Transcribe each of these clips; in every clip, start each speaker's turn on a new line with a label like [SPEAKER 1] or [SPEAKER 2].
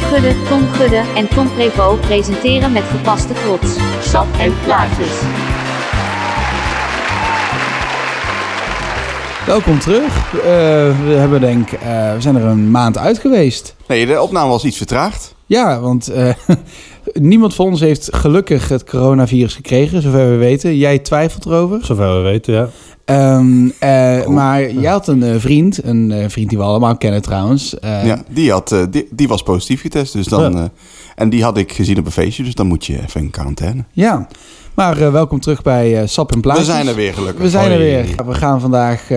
[SPEAKER 1] Tom Gudde en Tom Prevost presenteren met gepaste trots. Sap en plaatjes.
[SPEAKER 2] Welkom terug. Eh, we, hebben denk, eh, we zijn er een maand uit geweest.
[SPEAKER 3] Nee, de opname was iets vertraagd.
[SPEAKER 2] Ja, want eh, niemand van ons heeft gelukkig het coronavirus gekregen, zover we weten. Jij twijfelt erover.
[SPEAKER 4] Zover we weten, ja.
[SPEAKER 2] Ehm, eh,
[SPEAKER 3] Oh.
[SPEAKER 2] maar jij had een eh, vriend, een eh, vriend die we allemaal kennen trouwens. Eh,
[SPEAKER 3] ja, die, had, eh, die, die was positief getest. Dus dan,
[SPEAKER 4] Ja.
[SPEAKER 3] eh, en die had ik gezien op een feestje. Dus dan moet je even in quarantaine.
[SPEAKER 2] ja. Maar eh, welkom terug bij eh, Sap en Plaatjes.
[SPEAKER 3] We zijn er weer gelukkig.
[SPEAKER 2] We zijn er
[SPEAKER 4] Hoi.
[SPEAKER 2] weer. We gaan vandaag, eh,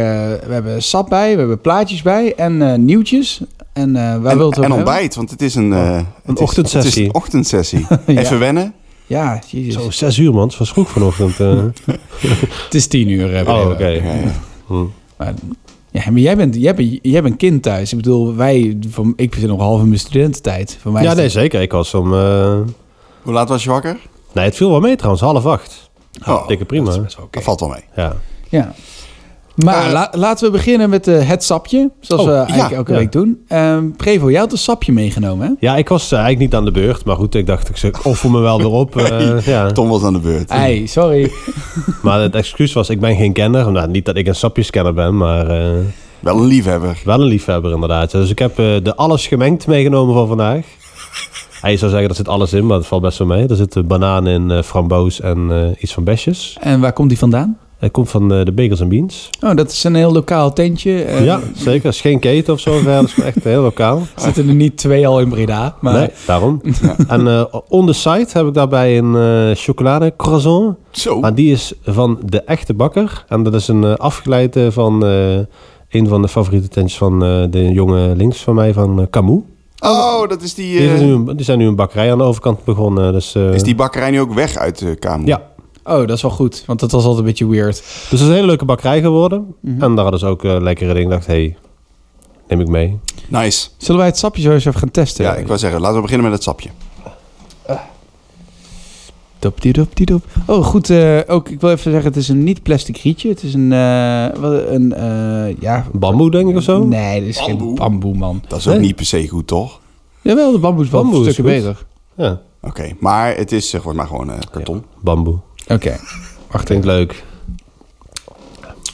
[SPEAKER 2] we hebben sap bij, we hebben plaatjes bij en eh, nieuwtjes. En eh waar wilt
[SPEAKER 3] en
[SPEAKER 2] u
[SPEAKER 3] en
[SPEAKER 2] over hebben?
[SPEAKER 3] ontbijt, want het is een, eh, het is-
[SPEAKER 4] ochtendsessie.
[SPEAKER 3] het is een ochtendsessie.
[SPEAKER 2] Ja.
[SPEAKER 3] Even wennen.
[SPEAKER 2] Ja, jezus.
[SPEAKER 4] Zo, zes uur, man. Het was vroeg vanochtend. eh.
[SPEAKER 2] Het is tien uur. eh,
[SPEAKER 4] Oh,
[SPEAKER 2] Bremen.
[SPEAKER 4] oké.
[SPEAKER 3] Ja, ja.
[SPEAKER 4] Hm.
[SPEAKER 2] Maar, ja, maar jij bent, jij, bent, jij bent kind thuis. Ik bedoel, wij, voor, ik zit nog half in mijn studententijd. Voor mij
[SPEAKER 4] Ja,
[SPEAKER 2] is
[SPEAKER 4] nee,
[SPEAKER 2] het-
[SPEAKER 4] zeker. Ik was om... eh,
[SPEAKER 3] Hoe laat was je wakker?
[SPEAKER 4] Nee, het viel wel mee trouwens. Half acht.
[SPEAKER 3] Oh,
[SPEAKER 4] Ah, Dikke prima.
[SPEAKER 2] best wel oké.
[SPEAKER 3] Dat valt wel mee.
[SPEAKER 4] Ja.
[SPEAKER 2] Ja. Maar
[SPEAKER 3] Eh,
[SPEAKER 2] la- laten we beginnen met eh, het sapje. Zoals
[SPEAKER 4] Oh,
[SPEAKER 2] we eigenlijk
[SPEAKER 3] ja,
[SPEAKER 2] elke
[SPEAKER 4] ja.
[SPEAKER 2] week doen. Ehm Prevo, jij had een sapje meegenomen, hè?
[SPEAKER 4] ja, ik was eh, eigenlijk niet aan de beurt. Maar goed, ik dacht, ik zeg, offer me wel weer op. eh, ja.
[SPEAKER 3] Tom was aan de beurt.
[SPEAKER 2] Ei, sorry.
[SPEAKER 4] Maar het excuus was, ik ben geen kenner. Nou, niet dat ik een sapjeskenner ben, maar eh,
[SPEAKER 3] Wel een liefhebber.
[SPEAKER 4] wel een liefhebber inderdaad. Dus ik heb eh, de alles gemengd meegenomen van vandaag. Hij zou zeggen, er zit alles in, maar dat valt best wel mee. Er zitten banaan in, eh framboos en eh, iets van besjes.
[SPEAKER 2] En waar komt die vandaan?
[SPEAKER 4] Hij komt van eh, de Bagels and Beans.
[SPEAKER 2] Oh, dat is een heel lokaal tentje. Eh,
[SPEAKER 4] ja, zeker. Het is geen keten of zo. verder. Het is gewoon echt heel lokaal.
[SPEAKER 2] Zitten er niet twee al in Breda. Maar
[SPEAKER 4] nee, daarom. En eh, on the side heb ik daarbij een eh chocolade croissant.
[SPEAKER 3] Zo.
[SPEAKER 4] Maar die is van de echte bakker. En dat is een eh, afgeleide van eh, een van de favoriete tentjes van eh, de jonge links van mij, van eh, Camus.
[SPEAKER 3] Oh, dat is die...
[SPEAKER 4] Die,
[SPEAKER 3] eh,
[SPEAKER 4] is nu, een- die zijn nu een bakkerij aan de overkant begonnen. Dus, eh,
[SPEAKER 3] is die bakkerij nu ook weg uit de kamer?
[SPEAKER 4] Ja.
[SPEAKER 2] Oh, dat is wel goed. Want dat was altijd een beetje weird.
[SPEAKER 4] Dus het is een hele leuke bakkerij geworden.
[SPEAKER 2] Mhm.
[SPEAKER 4] En daar hadden ze ook eh, lekkere dingen. Ik dacht, hé, hey, neem ik mee.
[SPEAKER 3] Nice.
[SPEAKER 2] Zullen wij het sapje zo eens even gaan testen?
[SPEAKER 3] Ja, ik wou zeggen, laten we beginnen met het sapje.
[SPEAKER 2] Dop, die dop, die dop. Oh, goed. eh, ook, ik wil even zeggen, het is een niet-plastic rietje. Het is een... eh, wat een eh, ja,
[SPEAKER 4] Bamboe, denk ik of zo?
[SPEAKER 2] Nee, dit is geen
[SPEAKER 3] Bamboe.
[SPEAKER 2] bamboe, man.
[SPEAKER 3] Dat is ook
[SPEAKER 4] Nee.
[SPEAKER 3] niet per se goed, toch?
[SPEAKER 2] Jawel, de bamboe is wel
[SPEAKER 4] Bamboe is
[SPEAKER 2] stukken
[SPEAKER 4] goed.
[SPEAKER 2] beter.
[SPEAKER 4] Ja,
[SPEAKER 3] Oké, maar het is zeg maar gewoon eh, karton.
[SPEAKER 4] bamboe.
[SPEAKER 2] Oké. Wacht
[SPEAKER 4] Klinkt
[SPEAKER 2] even.
[SPEAKER 4] leuk.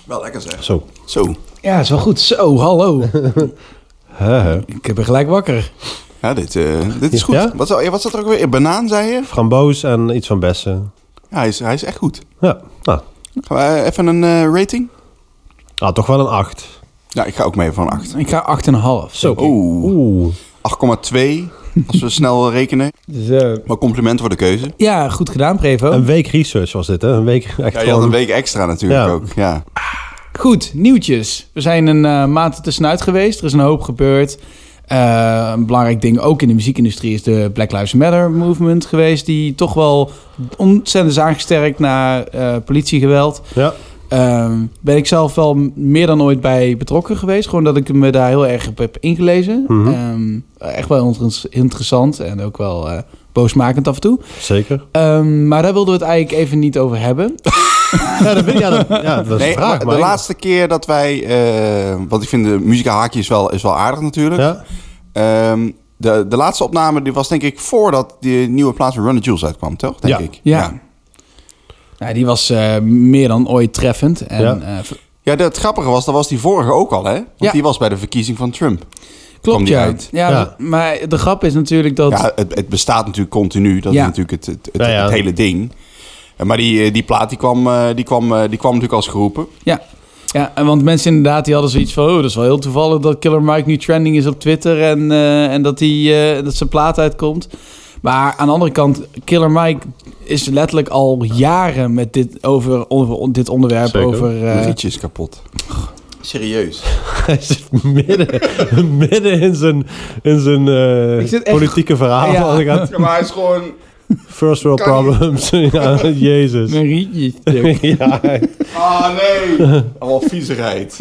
[SPEAKER 3] Wel lekker zeg.
[SPEAKER 4] Zo.
[SPEAKER 3] Zo.
[SPEAKER 2] Ja, is wel goed. Zo, hallo.
[SPEAKER 4] Hè, hè.
[SPEAKER 2] ik ben gelijk wakker.
[SPEAKER 3] Ja, dit, eh, dit is goed.
[SPEAKER 4] Ja?
[SPEAKER 3] Wat, zou, wat zat er ook weer? in? Banaan, zei je?
[SPEAKER 4] Framboos en iets van bessen.
[SPEAKER 3] Ja, hij is, hij is echt goed.
[SPEAKER 4] Ja, nou,
[SPEAKER 3] Gaan we eh, even een eh, rating?
[SPEAKER 4] ah, toch wel een 8.
[SPEAKER 3] Ja, ik ga ook mee van 8.
[SPEAKER 2] Ik ga 8,5. Zo.
[SPEAKER 3] Oeh,
[SPEAKER 4] Oeh.
[SPEAKER 3] 8,2 als we snel rekenen.
[SPEAKER 4] Dus, eh,
[SPEAKER 2] Zo.
[SPEAKER 3] Maar compliment voor de keuze.
[SPEAKER 2] Ja, goed gedaan, Prevo.
[SPEAKER 4] Een week research was dit, hè? Een week echt
[SPEAKER 3] Ja, je had
[SPEAKER 4] gewoon...
[SPEAKER 3] een week extra natuurlijk
[SPEAKER 4] Ja.
[SPEAKER 3] ook. Ja.
[SPEAKER 2] Goed, nieuwtjes. We zijn een eh, maand tussenuit geweest. Er is een hoop gebeurd. Eh, een belangrijk ding ook in de muziekindustrie is de Black Lives Matter movement geweest. Die toch wel ontzettend is aangesterkt naar eh, politiegeweld.
[SPEAKER 4] Ja,
[SPEAKER 2] Ehm, ben ik zelf wel m- meer dan ooit bij betrokken geweest. Gewoon dat ik me daar heel erg op heb ingelezen.
[SPEAKER 4] Mhm.
[SPEAKER 2] Ehm, echt wel inter- interessant en ook wel eh, boosmakend af en toe.
[SPEAKER 4] zeker.
[SPEAKER 2] Ehm, maar daar wilden we het eigenlijk even niet over hebben.
[SPEAKER 4] Ja, dat, weet- ja, dat, ja, dat is
[SPEAKER 3] Nee,
[SPEAKER 4] de vraag.
[SPEAKER 3] maar
[SPEAKER 4] maar
[SPEAKER 3] de
[SPEAKER 4] ik-
[SPEAKER 3] laatste keer dat wij... eh, want ik vind de muzikahaakje is wel, is wel aardig natuurlijk.
[SPEAKER 4] Ja?
[SPEAKER 3] Ehm, de, de laatste opname die was denk ik voordat die nieuwe plaats van Run the Jewels uitkwam, toch? Denk
[SPEAKER 4] Ja.
[SPEAKER 3] ik.
[SPEAKER 2] Ja. Nou, die was eh, meer dan ooit treffend. En,
[SPEAKER 4] Ja.
[SPEAKER 2] eh, v-
[SPEAKER 3] Ja, dat grappige was, dat was die vorige ook al, hè? Want
[SPEAKER 2] Ja.
[SPEAKER 3] die was bij de verkiezing van Trump.
[SPEAKER 2] klopt,
[SPEAKER 3] die
[SPEAKER 2] ja.
[SPEAKER 3] uit.
[SPEAKER 2] Ja,
[SPEAKER 4] Ja.
[SPEAKER 2] Maar de grap is natuurlijk dat...
[SPEAKER 3] Ja, het, het bestaat natuurlijk continu. Dat
[SPEAKER 2] Ja.
[SPEAKER 3] is natuurlijk het, het, het,
[SPEAKER 4] Ja, ja.
[SPEAKER 3] het hele ding. Eh, Maar die, eh, die plaat die kwam, eh, die, kwam, eh, die kwam natuurlijk als geroepen.
[SPEAKER 2] Ja. Ja, en want mensen inderdaad, die hadden zoiets van... Oh, dat is wel heel toevallig dat Killer Mike nu trending is op Twitter... en, eh, en dat, die, eh, dat zijn plaat uitkomt. Maar aan de andere kant, Killer Mike is letterlijk al jaren... met dit, over, over dit onderwerp,
[SPEAKER 4] Zeker.
[SPEAKER 2] over... eh,
[SPEAKER 3] Een rietje is kapot. Serieus?
[SPEAKER 4] Hij zit midden, midden in zijn, in zijn eh,
[SPEAKER 2] Ik zit echt-
[SPEAKER 4] politieke verhaal.
[SPEAKER 2] Ja.
[SPEAKER 4] Hij gaat,
[SPEAKER 3] Ja, maar hij is gewoon...
[SPEAKER 4] first world
[SPEAKER 3] Kan niet.
[SPEAKER 4] problems. ja, jezus.
[SPEAKER 2] Marietje.
[SPEAKER 4] ja,
[SPEAKER 3] Ah, nee! Allemaal viezigheid.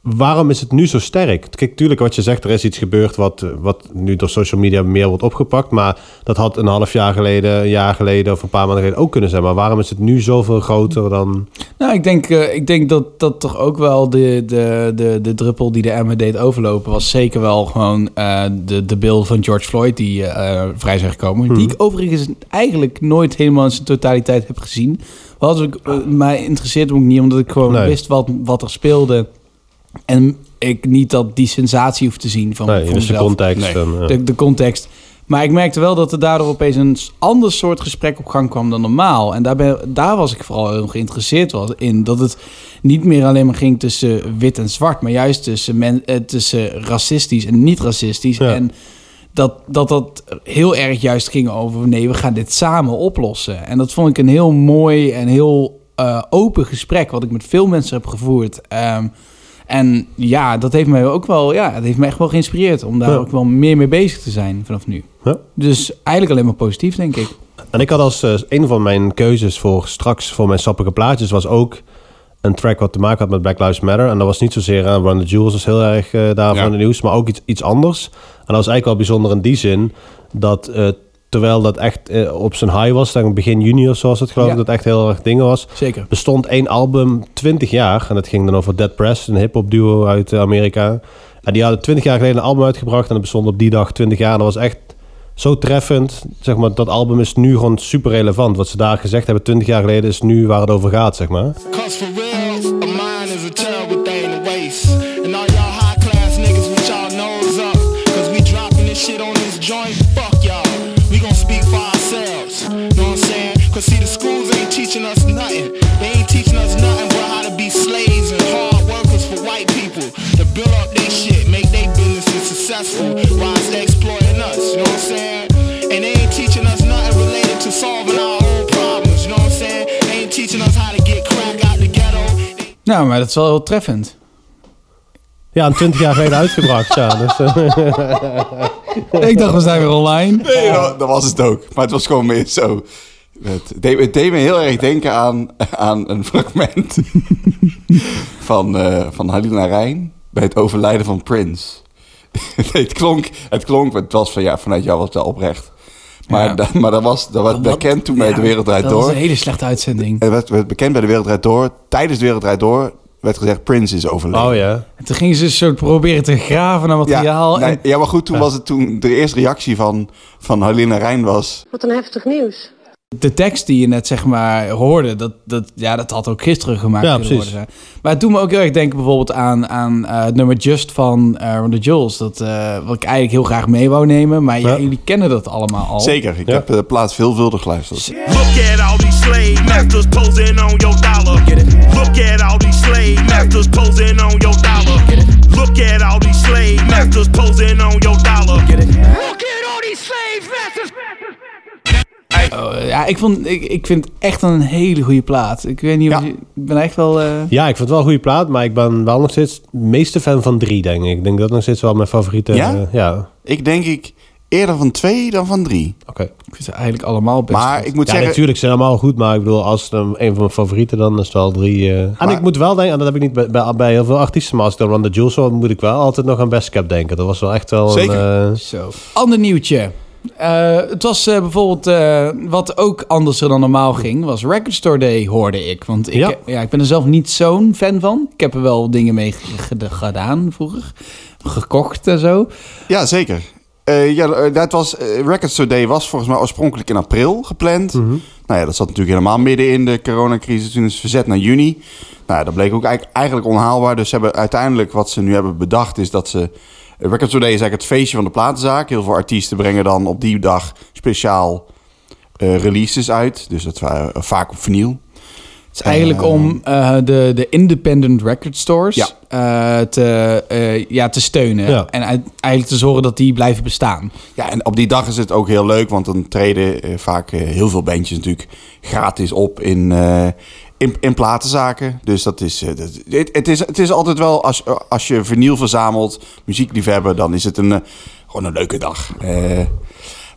[SPEAKER 4] waarom is het nu zo sterk? Kijk, tuurlijk wat je zegt, er is iets gebeurd wat, eh, wat nu door social media meer wordt opgepakt. Maar dat had een half jaar geleden, een jaar geleden of een paar maanden geleden ook kunnen zijn. Maar waarom is het nu zoveel groter dan...
[SPEAKER 2] Nou, ik denk, eh, ik denk dat dat toch ook wel de, de, de, de druppel die de emmer deed overlopen was. Zeker wel gewoon eh, de, de beelden van George Floyd die eh, vrij zijn gekomen. Die
[SPEAKER 4] Hmm.
[SPEAKER 2] ik overigens eigenlijk nooit helemaal in zijn totaliteit heb gezien. Wat ik, eh, mij interesseert ook niet, omdat ik gewoon
[SPEAKER 4] Ah. Nee.
[SPEAKER 2] wist wat, wat er speelde. En ik niet dat die sensatie hoef te zien van,
[SPEAKER 4] Nee,
[SPEAKER 2] van
[SPEAKER 4] dus de
[SPEAKER 2] mezelf.
[SPEAKER 4] context.
[SPEAKER 3] Nee,
[SPEAKER 4] en, eh,
[SPEAKER 2] de, de context. Maar ik merkte wel dat er daardoor opeens een s- ander soort gesprek op gang kwam dan normaal. En daar, ben, daar was ik vooral heel geïnteresseerd was in. Dat het niet meer alleen maar ging tussen wit en zwart, maar juist tussen, men, eh, tussen racistisch en niet-racistisch.
[SPEAKER 4] Ja.
[SPEAKER 2] En dat, dat dat heel erg juist ging over nee, we gaan dit samen oplossen. En dat vond ik een heel mooi en heel eh, open gesprek, wat ik met veel mensen heb gevoerd. Ehm, en ja, dat heeft mij ook wel, ja, dat heeft mij echt wel geïnspireerd om daar
[SPEAKER 4] Ja.
[SPEAKER 2] ook wel meer mee bezig te zijn vanaf nu.
[SPEAKER 4] Ja.
[SPEAKER 2] Dus eigenlijk alleen maar positief, denk ik.
[SPEAKER 4] En ik had als eh, een van mijn keuzes voor straks voor mijn sappige plaatjes was ook een track wat te maken had met Black Lives Matter. En dat was niet zozeer aan Run the Jewels, was heel erg eh, daarvan
[SPEAKER 3] Ja.
[SPEAKER 4] in het nieuws, maar ook iets, iets anders. En dat was eigenlijk wel bijzonder in die zin dat eh, terwijl dat echt eh, op zijn high was, dan begin juni of zo was het geloof
[SPEAKER 2] Ja.
[SPEAKER 4] ik, dat echt heel erg dingen was.
[SPEAKER 2] Zeker.
[SPEAKER 4] Bestond één album 20 jaar en dat ging dan over Dead Press, een hip-hop duo uit eh, Amerika. En die hadden 20 jaar geleden een album uitgebracht en dat bestond op die dag 20 jaar. En dat was echt zo treffend. Zeg maar, dat album is nu gewoon super relevant. Wat ze daar gezegd hebben 20 jaar geleden is nu waar het over gaat, zeg maar.
[SPEAKER 5] Cause for real, a mind is a terrible thing to waste. And all y'all high class niggas with y'all nose up. Cause we dropping this shit on this joint. Fuck y'all. We gon' speak for ourselves. Know what I'm saying? Cause see the schools ain't teaching us nothing. They ain't teaching us nothing but how to be slaves and hard workers for white people. To build up they shit, make they businesses successful. While it's exploiting us, you know what I'm saying? And they ain't teaching us nothing related to solving our own problems, you know what I'm saying? They ain't teaching us how to get crack out the ghetto. They-
[SPEAKER 2] Nou, maar dat is wel heel treffend.
[SPEAKER 4] Ja, en 20 jaar geleden uitgebracht, ja. Dus, eh,
[SPEAKER 2] ik dacht, we zijn weer online.
[SPEAKER 3] Nee, dat, dat was het ook. Maar het was gewoon meer zo. Het deed, het deed me heel erg denken aan, aan een fragment van, eh, van Halina Rijn bij het overlijden van Prince. Nee, het klonk, het klonk, het was van, ja, vanuit jou was het wel oprecht. Maar,
[SPEAKER 2] Ja.
[SPEAKER 3] dat- maar dat was, dat werd bekend toen bij
[SPEAKER 2] Ja,
[SPEAKER 3] de Wereld Draait
[SPEAKER 2] Dat
[SPEAKER 3] Door.
[SPEAKER 2] was een hele slechte uitzending.
[SPEAKER 3] Het werd, werd bekend bij de Wereld Draait Door. Tijdens de Wereld Draait Door werd gezegd Prince is overleden.
[SPEAKER 4] oh ja.
[SPEAKER 2] En toen gingen ze een soort proberen te graven naar materiaal.
[SPEAKER 3] nee,
[SPEAKER 2] en,
[SPEAKER 3] ja, maar goed, toen was het toen de eerste reactie van, van Halina Rijn was...
[SPEAKER 6] Wat een heftig nieuws.
[SPEAKER 2] de tekst die je net zeg maar hoorde, dat, dat, ja, dat had ook gisteren gemaakt
[SPEAKER 4] Ja,
[SPEAKER 2] kunnen
[SPEAKER 4] precies.
[SPEAKER 2] worden. Zijn. Maar het doet me ook heel erg denken bijvoorbeeld aan, aan eh, het nummer Just van eh Ron the Jules. Dat, eh, wat ik eigenlijk heel graag mee wou nemen, maar
[SPEAKER 4] Ja.
[SPEAKER 2] jullie kennen dat allemaal al.
[SPEAKER 3] Zeker, ik
[SPEAKER 4] Ja.
[SPEAKER 3] heb de plaats veelvuldig geluisterd.
[SPEAKER 7] Look at all these slave masters posing on your dollar. Look at all these slave masters posing on your dollar. Look at all these slave masters posing on your dollar. Look at all these slave masters.
[SPEAKER 2] Eh, ja, ik, vond, ik, ik vind het echt een hele goede plaat. Ik weet niet, of
[SPEAKER 3] Ja.
[SPEAKER 2] je- ik ben echt wel... eh,
[SPEAKER 4] Ja, ik vind het wel een goede plaat, maar ik ben wel nog steeds de meeste fan van drie, denk ik. Ik denk dat nog steeds wel mijn favoriete...
[SPEAKER 3] Ja?
[SPEAKER 4] eh, ja, oké.
[SPEAKER 3] Ik denk ik eerder van twee dan van drie.
[SPEAKER 2] ik vind ze eigenlijk allemaal best
[SPEAKER 3] maar
[SPEAKER 2] goed.
[SPEAKER 3] ik moet
[SPEAKER 4] Ja,
[SPEAKER 3] zeggen...
[SPEAKER 4] natuurlijk zijn allemaal goed, maar ik bedoel, als het een, een van mijn favorieten, dan is het wel drie. eh. en ik moet wel denken, en dat heb ik niet bij, bij, bij heel veel artiesten, maar als ik dan Run the Jewels hoor, moet ik wel altijd nog aan Best Cap denken. Dat was wel echt wel
[SPEAKER 3] Zeker.
[SPEAKER 4] een... eh,
[SPEAKER 2] Zo. Ander nieuwtje. Eh, het was eh, bijvoorbeeld, eh, wat ook anders dan normaal ging, was Record Store Day, hoorde ik. Want ik,
[SPEAKER 4] Ja.
[SPEAKER 2] ja, ik ben er zelf niet zo'n fan van. Ik heb er wel dingen mee ge- ge- gedaan vroeger. Gekocht en zo.
[SPEAKER 3] Ja, zeker. Eh, ja, eh, dat was, eh, Record Store Day was volgens mij oorspronkelijk in april gepland.
[SPEAKER 4] Mhm.
[SPEAKER 3] Nou ja, dat zat natuurlijk helemaal midden in de coronacrisis. Toen is het verzet naar juni. Nou ja, dat bleek ook eigenlijk, eigenlijk onhaalbaar. Dus ze hebben uiteindelijk wat ze nu hebben bedacht is dat ze... Record Store Day is eigenlijk het feestje van de platenzaak. Heel veel artiesten brengen dan op die dag speciaal eh, releases uit. Dus dat waren vaak op vinyl.
[SPEAKER 2] Het is eigenlijk om eh, de, de independent record stores
[SPEAKER 3] Ehm. Ja.
[SPEAKER 2] eh, te, eh, ja, te steunen.
[SPEAKER 4] Ja.
[SPEAKER 2] En uit- eigenlijk te zorgen dat die blijven bestaan.
[SPEAKER 3] Ja, en op die dag is het ook heel leuk, want dan treden eh, vaak eh, heel veel bandjes natuurlijk gratis op in, eh, in, in platenzaken. Dus dat is, eh, dat- het, het is, het is altijd wel, als, als je vinyl verzamelt, muziekliefhebber, dan is het een, eh, gewoon een leuke dag. Eh,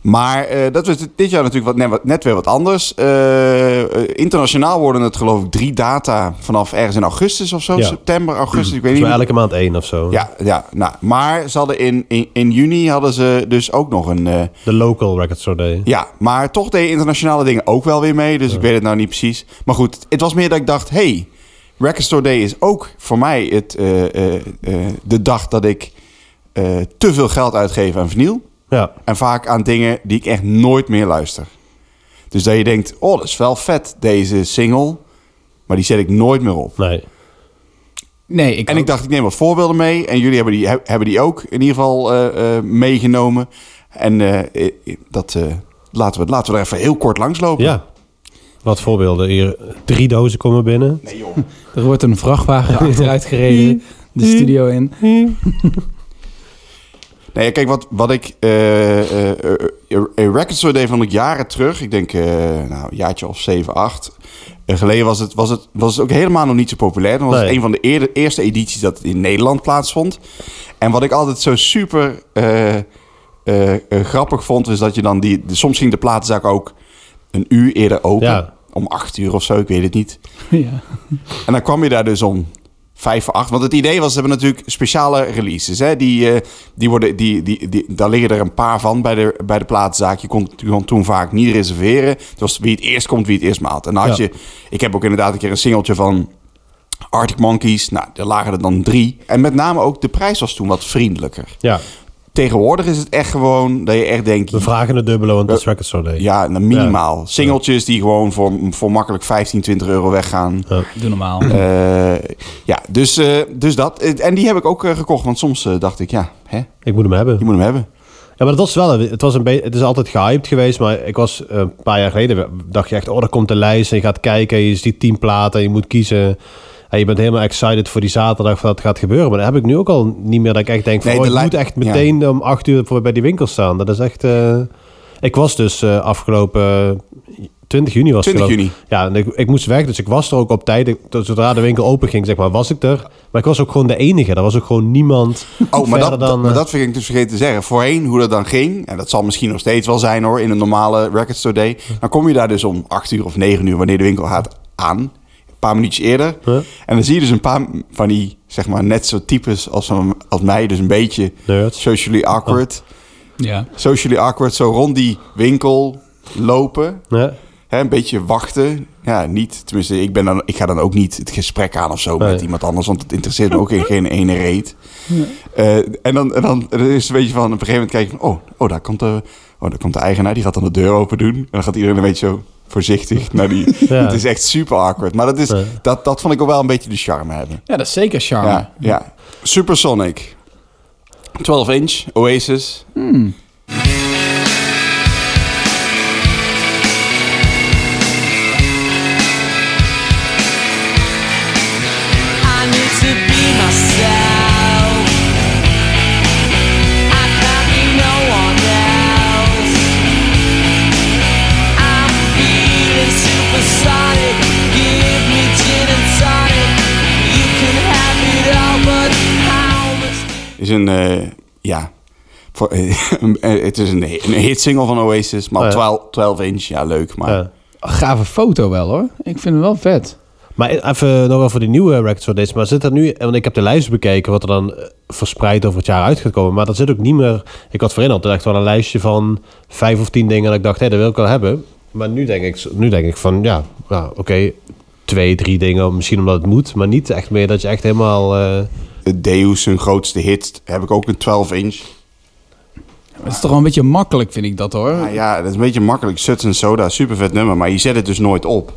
[SPEAKER 3] Maar eh, dat was dit- dit jaar natuurlijk wat, net, wat- net weer wat anders. Eh, eh, internationaal worden het geloof ik drie data vanaf ergens in augustus of zo.
[SPEAKER 4] Ja.
[SPEAKER 3] September, augustus, ik weet
[SPEAKER 4] Volgens
[SPEAKER 3] niet.
[SPEAKER 4] mij elke maand één of zo.
[SPEAKER 3] Ja, ja nou, maar ze hadden in, in, in juni hadden ze dus ook nog een... eh,
[SPEAKER 4] De local record store day.
[SPEAKER 3] ja, maar toch deden internationale dingen ook wel weer mee. Dus ik weet het nou niet precies. Maar goed, het was meer dat ik dacht... hey, Record Store Day is ook voor mij het, eh, eh, eh, de dag dat ik eh, te veel geld uitgeef aan vinyl.
[SPEAKER 4] Ja.
[SPEAKER 3] En vaak aan dingen die ik echt nooit meer luister. Dus dat je denkt, oh, dat is wel vet, deze single. Maar die zet ik nooit meer op.
[SPEAKER 4] Nee.
[SPEAKER 2] Nee, ik
[SPEAKER 3] En ik
[SPEAKER 2] ook.
[SPEAKER 3] dacht, ik neem wat voorbeelden mee. En jullie hebben die, he- hebben die ook in ieder geval eh, eh, meegenomen. En eh, eh, dat, eh, laten, we, laten we er even heel kort langs lopen.
[SPEAKER 4] Ja. Wat voorbeelden. Hier drie dozen komen binnen.
[SPEAKER 2] Er wordt een vrachtwagen achteruit gereden. De studio in.
[SPEAKER 3] Nee, kijk, wat, wat ik... eh eh eh, eh, Record Store Day vond ik jaren terug. Ik denk, eh, nou, een jaartje of 7, 8. geleden was het, was, het, was het ook helemaal nog niet zo populair. Dan was het
[SPEAKER 4] Nee.
[SPEAKER 3] een van de eerder, eerste edities dat het in Nederland plaatsvond. En wat ik altijd zo super eh, eh, eh, grappig vond... is dat je dan die... de- soms ging de platenzaak ook een uur eerder open.
[SPEAKER 4] Ja.
[SPEAKER 3] Om acht uur of zo, ik weet het niet.
[SPEAKER 2] Ja.
[SPEAKER 3] En dan kwam je daar dus om vijf voor acht. Want het idee was, ze hebben natuurlijk speciale releases. Hè? Die, eh, die worden, die, die, die, daar liggen er een paar van bij de, bij de plaatszaak. Je kon, je kon toen vaak niet reserveren. Het was wie het eerst komt, wie het eerst maalt. En dan had
[SPEAKER 4] Ja.
[SPEAKER 3] je... Ik heb ook inderdaad een keer een singeltje van... Arctic Monkeys, nou, er lagen er dan drie. En met name ook de prijs was toen wat vriendelijker.
[SPEAKER 4] Ja.
[SPEAKER 3] Tegenwoordig is het echt gewoon dat je echt denkt...
[SPEAKER 4] We vragen het dubbele, want het is record store day.
[SPEAKER 3] Ja, nou, minimaal. Singeltjes die gewoon voor, voor makkelijk 15, 20 euro weggaan.
[SPEAKER 2] Doe normaal.
[SPEAKER 3] Eh, ja, dus, eh, dus dat. Eh, En die heb ik ook eh, gekocht, want soms eh, dacht ik, ja, hè,
[SPEAKER 4] Ik moet hem hebben.
[SPEAKER 3] je moet hem hebben.
[SPEAKER 4] Ja, maar dat was wel. Het, was een be- het is altijd gehyped geweest, maar ik was eh, een paar jaar geleden. dacht je echt, oh, daar komt de lijst. En je gaat kijken, je ziet tien platen, je moet kiezen. En je bent helemaal excited voor die zaterdag dat het gaat gebeuren. Maar dat heb ik nu ook al niet meer. Dat ik echt denk, van,
[SPEAKER 3] Nee,
[SPEAKER 4] oh,
[SPEAKER 3] de
[SPEAKER 4] ik
[SPEAKER 3] lij-
[SPEAKER 4] moet echt
[SPEAKER 3] ja.
[SPEAKER 4] meteen om acht uur voor bij die winkel staan. Dat is echt. eh, ik was dus eh, afgelopen. eh, 20 juni was het
[SPEAKER 3] 20
[SPEAKER 4] geloof ik. Ja, en ik, ik moest weg, dus ik was er ook op tijd. Ik- tot- zodra de winkel open ging, zeg maar, was ik er. Maar ik was ook gewoon de enige. Er was ook gewoon niemand.
[SPEAKER 3] Oh, maar
[SPEAKER 4] verder
[SPEAKER 3] dat,
[SPEAKER 4] dan,
[SPEAKER 3] maar
[SPEAKER 4] eh,
[SPEAKER 3] dat vind ik dus vergeten te zeggen. Voorheen, hoe dat dan ging, en dat zal misschien nog steeds wel zijn hoor, in een normale Record Store Day. Dan kom je daar dus om 8 uur of 9 uur, wanneer de winkel gaat, aan. Een paar minuutjes eerder. En dan zie je dus een paar van die, zeg maar, net zo types als, van- als mij. Dus een beetje
[SPEAKER 4] Nerds. Oh.
[SPEAKER 3] socially awkward.
[SPEAKER 2] Ja.
[SPEAKER 3] Socially awkward, zo rond die winkel lopen.
[SPEAKER 4] ja.
[SPEAKER 3] Hè, een beetje wachten. Ja, niet. Tenminste, ik, ben dan, ik ga dan ook niet het gesprek aan of zo met
[SPEAKER 4] Nee.
[SPEAKER 3] iemand anders. Want het interesseert me ook in geen ene reet. Eh, en dan, en dan er is het een beetje van... Op een gegeven moment kijk je van... Oh, oh, daar komt de, oh, daar komt de eigenaar. Die gaat dan de deur open doen. En dan gaat iedereen een beetje zo voorzichtig naar die...
[SPEAKER 4] Ja.
[SPEAKER 3] Het is echt super awkward. Maar dat, is,
[SPEAKER 4] Nee.
[SPEAKER 3] dat, dat vond ik ook wel een beetje de charme hebben.
[SPEAKER 2] ja, dat is zeker charme.
[SPEAKER 3] Ja, ja. Supersonic. 12 inch, Oasis.
[SPEAKER 6] I need to be myself. I can't be no one else. I'm feeling supersonic. Give me gin and tonic. You can have it all, but how much?
[SPEAKER 3] is een, eh, ja, voor, eh, een- eh, het is een, een hitsingle van Oasis, maar
[SPEAKER 4] Oh, Ja.
[SPEAKER 3] 12, 12 inch, ja leuk, maar
[SPEAKER 4] ja.
[SPEAKER 2] Gave foto wel hoor. Ik vind hem wel vet.
[SPEAKER 4] Maar e- even nog over die nieuwe records voor deze. Maar zit er nu, want ik heb de lijst bekeken wat er dan eh, verspreid over het jaar uit gaat komen. Maar dat zit ook niet meer. Ik had voorin altijd echt wel een lijstje van vijf of tien dingen. Dat ik dacht, hé, dat wil ik wel hebben. Maar nu denk ik, nu denk ik van ja, nou, oké. twee, drie dingen, misschien omdat het moet. Maar niet echt meer dat je echt helemaal. eh,
[SPEAKER 3] Deus, hun grootste hit, heb ik ook een 12 inch.
[SPEAKER 2] Het is toch wel een beetje makkelijk vind ik dat hoor.
[SPEAKER 3] Nou ja, dat is een beetje makkelijk, Suts en Soda, super vet nummer, maar je zet het dus nooit op.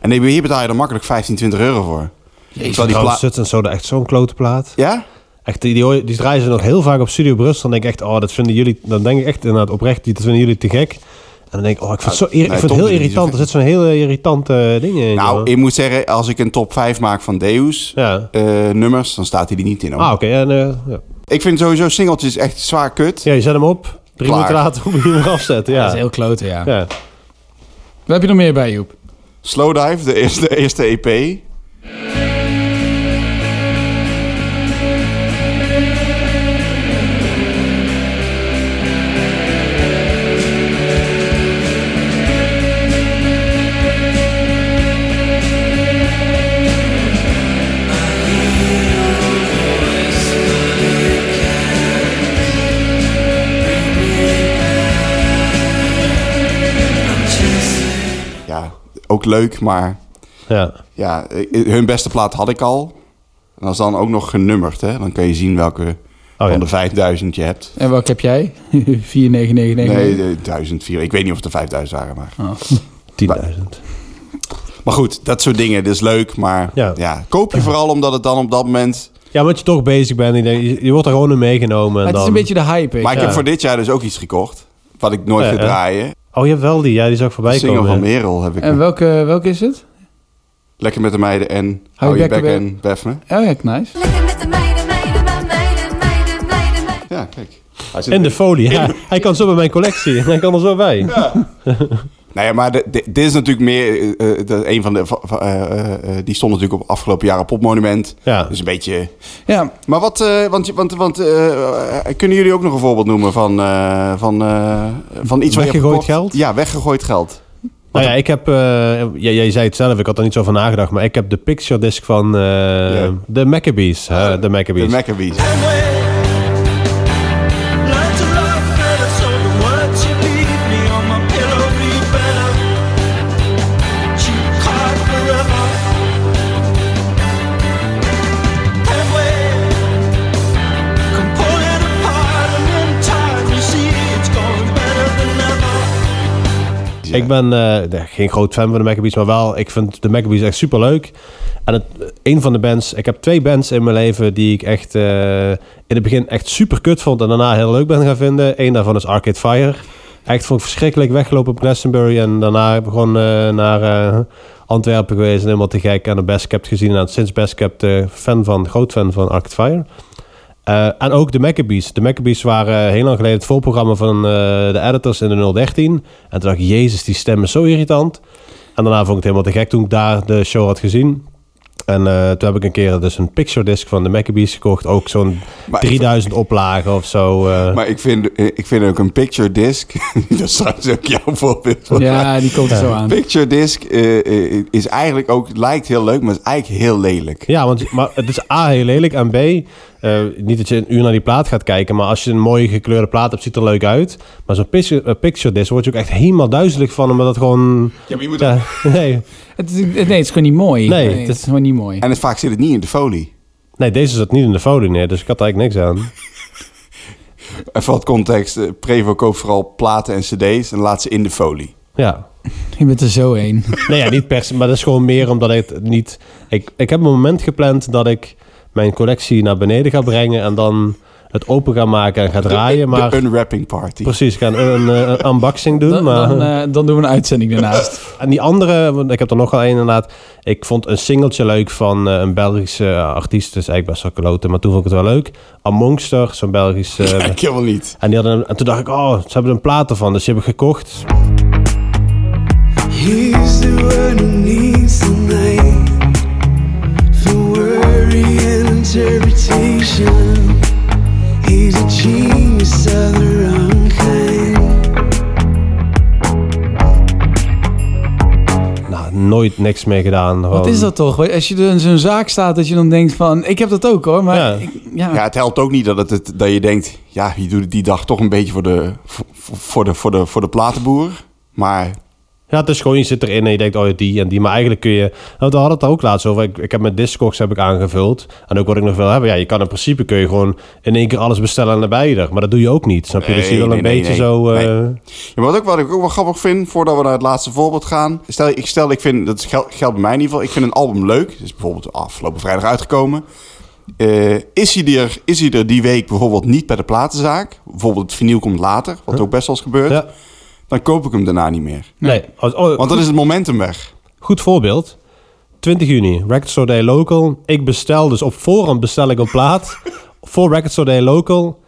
[SPEAKER 3] En hier betaal je dan makkelijk 15, 20 euro voor. Terwijl die
[SPEAKER 4] trouwens,
[SPEAKER 3] plaat...
[SPEAKER 4] Suts en Soda, echt zo'n klote plaat.
[SPEAKER 3] Ja?
[SPEAKER 4] Echt, die, die, hoor- die draaien ze nog heel vaak op Studio Brussel. Dan denk ik echt, oh, dat vinden jullie... Dan denk ik echt inderdaad oprecht, dat vinden jullie te gek. En dan denk ik, oh, ik vind het, zo,
[SPEAKER 3] nee,
[SPEAKER 4] ik vind
[SPEAKER 3] Tom
[SPEAKER 4] het heel
[SPEAKER 3] vindt het niet zo
[SPEAKER 4] irritant. Er zit zo'n hele irritante dingen in.
[SPEAKER 3] Nou,
[SPEAKER 4] joh.
[SPEAKER 3] ik moet zeggen, als ik een top 5 maak van Deus
[SPEAKER 4] Ja.
[SPEAKER 3] eh, nummers, dan staat hij er niet in. hoor.
[SPEAKER 4] Ah, oké. ja, nee, ja.
[SPEAKER 3] Ik vind sowieso singeltjes echt zwaar kut.
[SPEAKER 4] ja, je zet hem op. Drie
[SPEAKER 3] Klaar.
[SPEAKER 4] minuten later moet je hem weer afzetten. Ja.
[SPEAKER 2] Dat is heel klote, ja.
[SPEAKER 4] ja.
[SPEAKER 2] Wat heb je nog meer bij, Joep?
[SPEAKER 3] Slowdive, de eerste, de eerste E EP. ook leuk, maar
[SPEAKER 4] Ja.
[SPEAKER 3] ja, eh, hun beste plaat had ik al. En dat is dan ook nog genummerd, hè? Dan kan je zien welke
[SPEAKER 4] ja.
[SPEAKER 3] van de 5000 je hebt.
[SPEAKER 2] En welke heb jij? 4999.
[SPEAKER 3] Nee, de 1004. Ik weet niet of het er 5000 waren,
[SPEAKER 2] Ah.
[SPEAKER 3] maar...
[SPEAKER 4] 10.000.
[SPEAKER 3] Maar goed, dat soort dingen, dat is leuk. Maar ja.
[SPEAKER 4] Ja.
[SPEAKER 3] koop je vooral omdat het dan op dat moment...
[SPEAKER 4] Ja, omdat je toch bezig bent. ik denk, Je, je wordt er gewoon in meegenomen. En
[SPEAKER 2] Maar het
[SPEAKER 4] dan...
[SPEAKER 2] is een beetje de hype.
[SPEAKER 3] Maar ik
[SPEAKER 2] ja.
[SPEAKER 3] heb voor dit jaar dus ook iets gekocht. Wat ik nooit
[SPEAKER 4] Ja,
[SPEAKER 3] ga
[SPEAKER 4] ja.
[SPEAKER 3] draaien.
[SPEAKER 4] Oh, je hebt wel die. Ja, die zag ik voorbij
[SPEAKER 3] Single
[SPEAKER 4] komen.
[SPEAKER 3] van Merel heb ik.
[SPEAKER 2] En welke, welke is het?
[SPEAKER 3] Lekker met de meiden en... Hou je bek en bef me.
[SPEAKER 2] Oh ja, nice.
[SPEAKER 8] Lekker met de meiden, meiden, maar meiden, meiden, meiden, meiden.
[SPEAKER 3] Ja, kijk.
[SPEAKER 4] In de folie. Ja, hij kan zo bij mijn collectie. Hij kan er zo bij.
[SPEAKER 3] Nou ja, maar de- de- dit is natuurlijk meer... eh, eh, de, een van de... va- va- eh, eh, eh, die stond natuurlijk op afgelopen jaren op Popmonument.
[SPEAKER 4] Ja.
[SPEAKER 3] Dus een beetje...
[SPEAKER 2] Ja,
[SPEAKER 3] Maar wat... eh, want je- want, want eh, eh, kunnen jullie ook nog een voorbeeld noemen van... eh, van, eh, van iets wat je hebt
[SPEAKER 4] Weggegooid
[SPEAKER 3] gekocht?
[SPEAKER 4] geld?
[SPEAKER 3] Ja, weggegooid geld.
[SPEAKER 4] Nou ja, ik heb... eh, ja, jij zei het zelf. Ik had er niet zo van nagedacht. Maar ik heb de picture disc van eh, de Maccabees. hè, de
[SPEAKER 3] De
[SPEAKER 4] Maccabees.
[SPEAKER 3] Maccabees.
[SPEAKER 6] Learn to love better, so the words you leave me on my pillow read better. Cheap card forever. And we're component apart and in time you see it's going better than ever.
[SPEAKER 3] Ja.
[SPEAKER 4] Ik ben eh, nee, geen groot fan van de Maccabees, maar wel, ik vind de Maccabees echt super leuk. En het, een van de bands, ik heb twee bands in mijn leven die ik echt eh, in het begin echt super kut vond en daarna heel leuk ben gaan vinden. Eén daarvan is Arcade Fire. Echt vond ik verschrikkelijk weggelopen op Glastonbury en daarna gewoon eh, naar eh, Antwerpen geweest en helemaal te gek aan de Best Kept gezien. En sinds Best Kept eh, fan van, groot fan van Arcade Fire. Eh, en ook de Maccabees. De Maccabees waren eh, heel lang geleden het voorprogramma van eh, de editors in de 013. En toen dacht ik, jezus, die stem is zo irritant. En daarna vond ik het helemaal te gek toen ik daar de show had gezien. En eh, toen heb ik een keer dus een picture disc van de Maccabees gekocht. Ook zo'n
[SPEAKER 3] Maar ik-
[SPEAKER 4] 3000 oplagen of zo. eh.
[SPEAKER 3] Maar ik vind, ik vind ook een picture disc. dat is trouwens ook jouw voorbeeld.
[SPEAKER 2] ja die komt er zo aan.
[SPEAKER 3] Picture disc eh, eh, is eigenlijk ook, lijkt heel leuk, maar is eigenlijk heel lelijk.
[SPEAKER 4] Ja, want maar het is A, heel lelijk. En B, eh, niet dat je een uur naar die plaat gaat kijken. Maar als je een mooie gekleurde plaat hebt, ziet het er leuk uit. Maar zo'n picture, eh, picture disc word je ook echt helemaal duizelig van. Omdat het gewoon...
[SPEAKER 3] Ja, maar je moet
[SPEAKER 4] Ja, nee.
[SPEAKER 2] Het is, nee, het is gewoon niet mooi.
[SPEAKER 4] Nee,
[SPEAKER 2] het
[SPEAKER 4] het
[SPEAKER 2] is
[SPEAKER 4] is
[SPEAKER 2] gewoon niet mooi.
[SPEAKER 3] En het, vaak zit het niet in de folie.
[SPEAKER 4] Nee, deze zat niet in de folie neer, dus ik had er eigenlijk niks aan.
[SPEAKER 3] En voor het context, eh, Prevo koopt vooral platen en cd's en laat ze in de folie.
[SPEAKER 4] Ja.
[SPEAKER 2] Je bent er zo een.
[SPEAKER 4] Nee, ja, niet per se, maar dat is gewoon meer omdat ik het niet... Ik, ik heb een moment gepland dat ik mijn collectie naar beneden ga brengen en dan het open ga maken en ga draaien,
[SPEAKER 3] De
[SPEAKER 4] maar...
[SPEAKER 3] unwrapping party.
[SPEAKER 4] Precies, ik ga een, een, eh, een unboxing doen,
[SPEAKER 2] Dan,
[SPEAKER 4] maar...
[SPEAKER 2] dan, eh, dan doen we een uitzending daarnaast.
[SPEAKER 4] En die andere, want ik heb er nog wel een inderdaad. Ik vond een singeltje leuk van eh, een Belgische eh, artiest. Dus eigenlijk best wel klote, maar toen vond ik het wel leuk. Amongster, zo'n Belgische...
[SPEAKER 3] Ik helemaal niet.
[SPEAKER 4] en, die hadden, een- en toen dacht ik, oh, ze hebben er een plaat ervan. Dus die heb ik gekocht.
[SPEAKER 6] He's the one who needs the night for worry and interpretation. He's a genius of the wrong kind.
[SPEAKER 4] Nou, nooit niks mee gedaan.
[SPEAKER 2] Wat
[SPEAKER 4] gewoon.
[SPEAKER 2] is dat toch? Als je er in zo'n zaak staat, dat je dan denkt van... Ik heb dat ook hoor, maar...
[SPEAKER 4] Ja.
[SPEAKER 2] Ik, ja.
[SPEAKER 3] Ja, het helpt ook niet dat, het, het- dat je denkt, ja, je doet het die dag toch een beetje voor de, voor, voor de, voor de, voor de platenboer. Maar
[SPEAKER 4] Ja, het is gewoon, je zit erin en je denkt, oh ja, die en die. Maar eigenlijk kun je... Nou, we hadden het daar ook laatst over. Ik, ik heb mijn Discogs heb ik aangevuld. En ook wat ik nog wil hebben. Ja, je kan in principe kun je gewoon in één keer alles bestellen en erbij er. Maar dat doe je ook niet, snap je? dus je
[SPEAKER 3] Nee,
[SPEAKER 4] wil een
[SPEAKER 3] nee, nee,
[SPEAKER 4] beetje
[SPEAKER 3] nee.
[SPEAKER 4] zo... eh,
[SPEAKER 3] Nee. Ja, maar wat, ook, wat ik ook wel grappig vind, voordat we naar het laatste voorbeeld gaan. Stel, ik, stel, ik vind, dat geldt, geldt bij mij in ieder geval, ik vind een album leuk. Dus is bijvoorbeeld afgelopen vrijdag uitgekomen. Eh, is, hij er, is hij er die week bijvoorbeeld niet bij de platenzaak? Bijvoorbeeld het vinyl komt later, wat ook best wel eens gebeurt.
[SPEAKER 4] Ja.
[SPEAKER 3] Dan koop ik hem daarna niet meer.
[SPEAKER 4] Nee. Oh, oh,
[SPEAKER 3] Want dan is het momentum weg.
[SPEAKER 4] Goed voorbeeld. 20 juni, Record Store Day Local. Ik bestel, dus op voorhand bestel ik een plaat voor Record Store Day Local.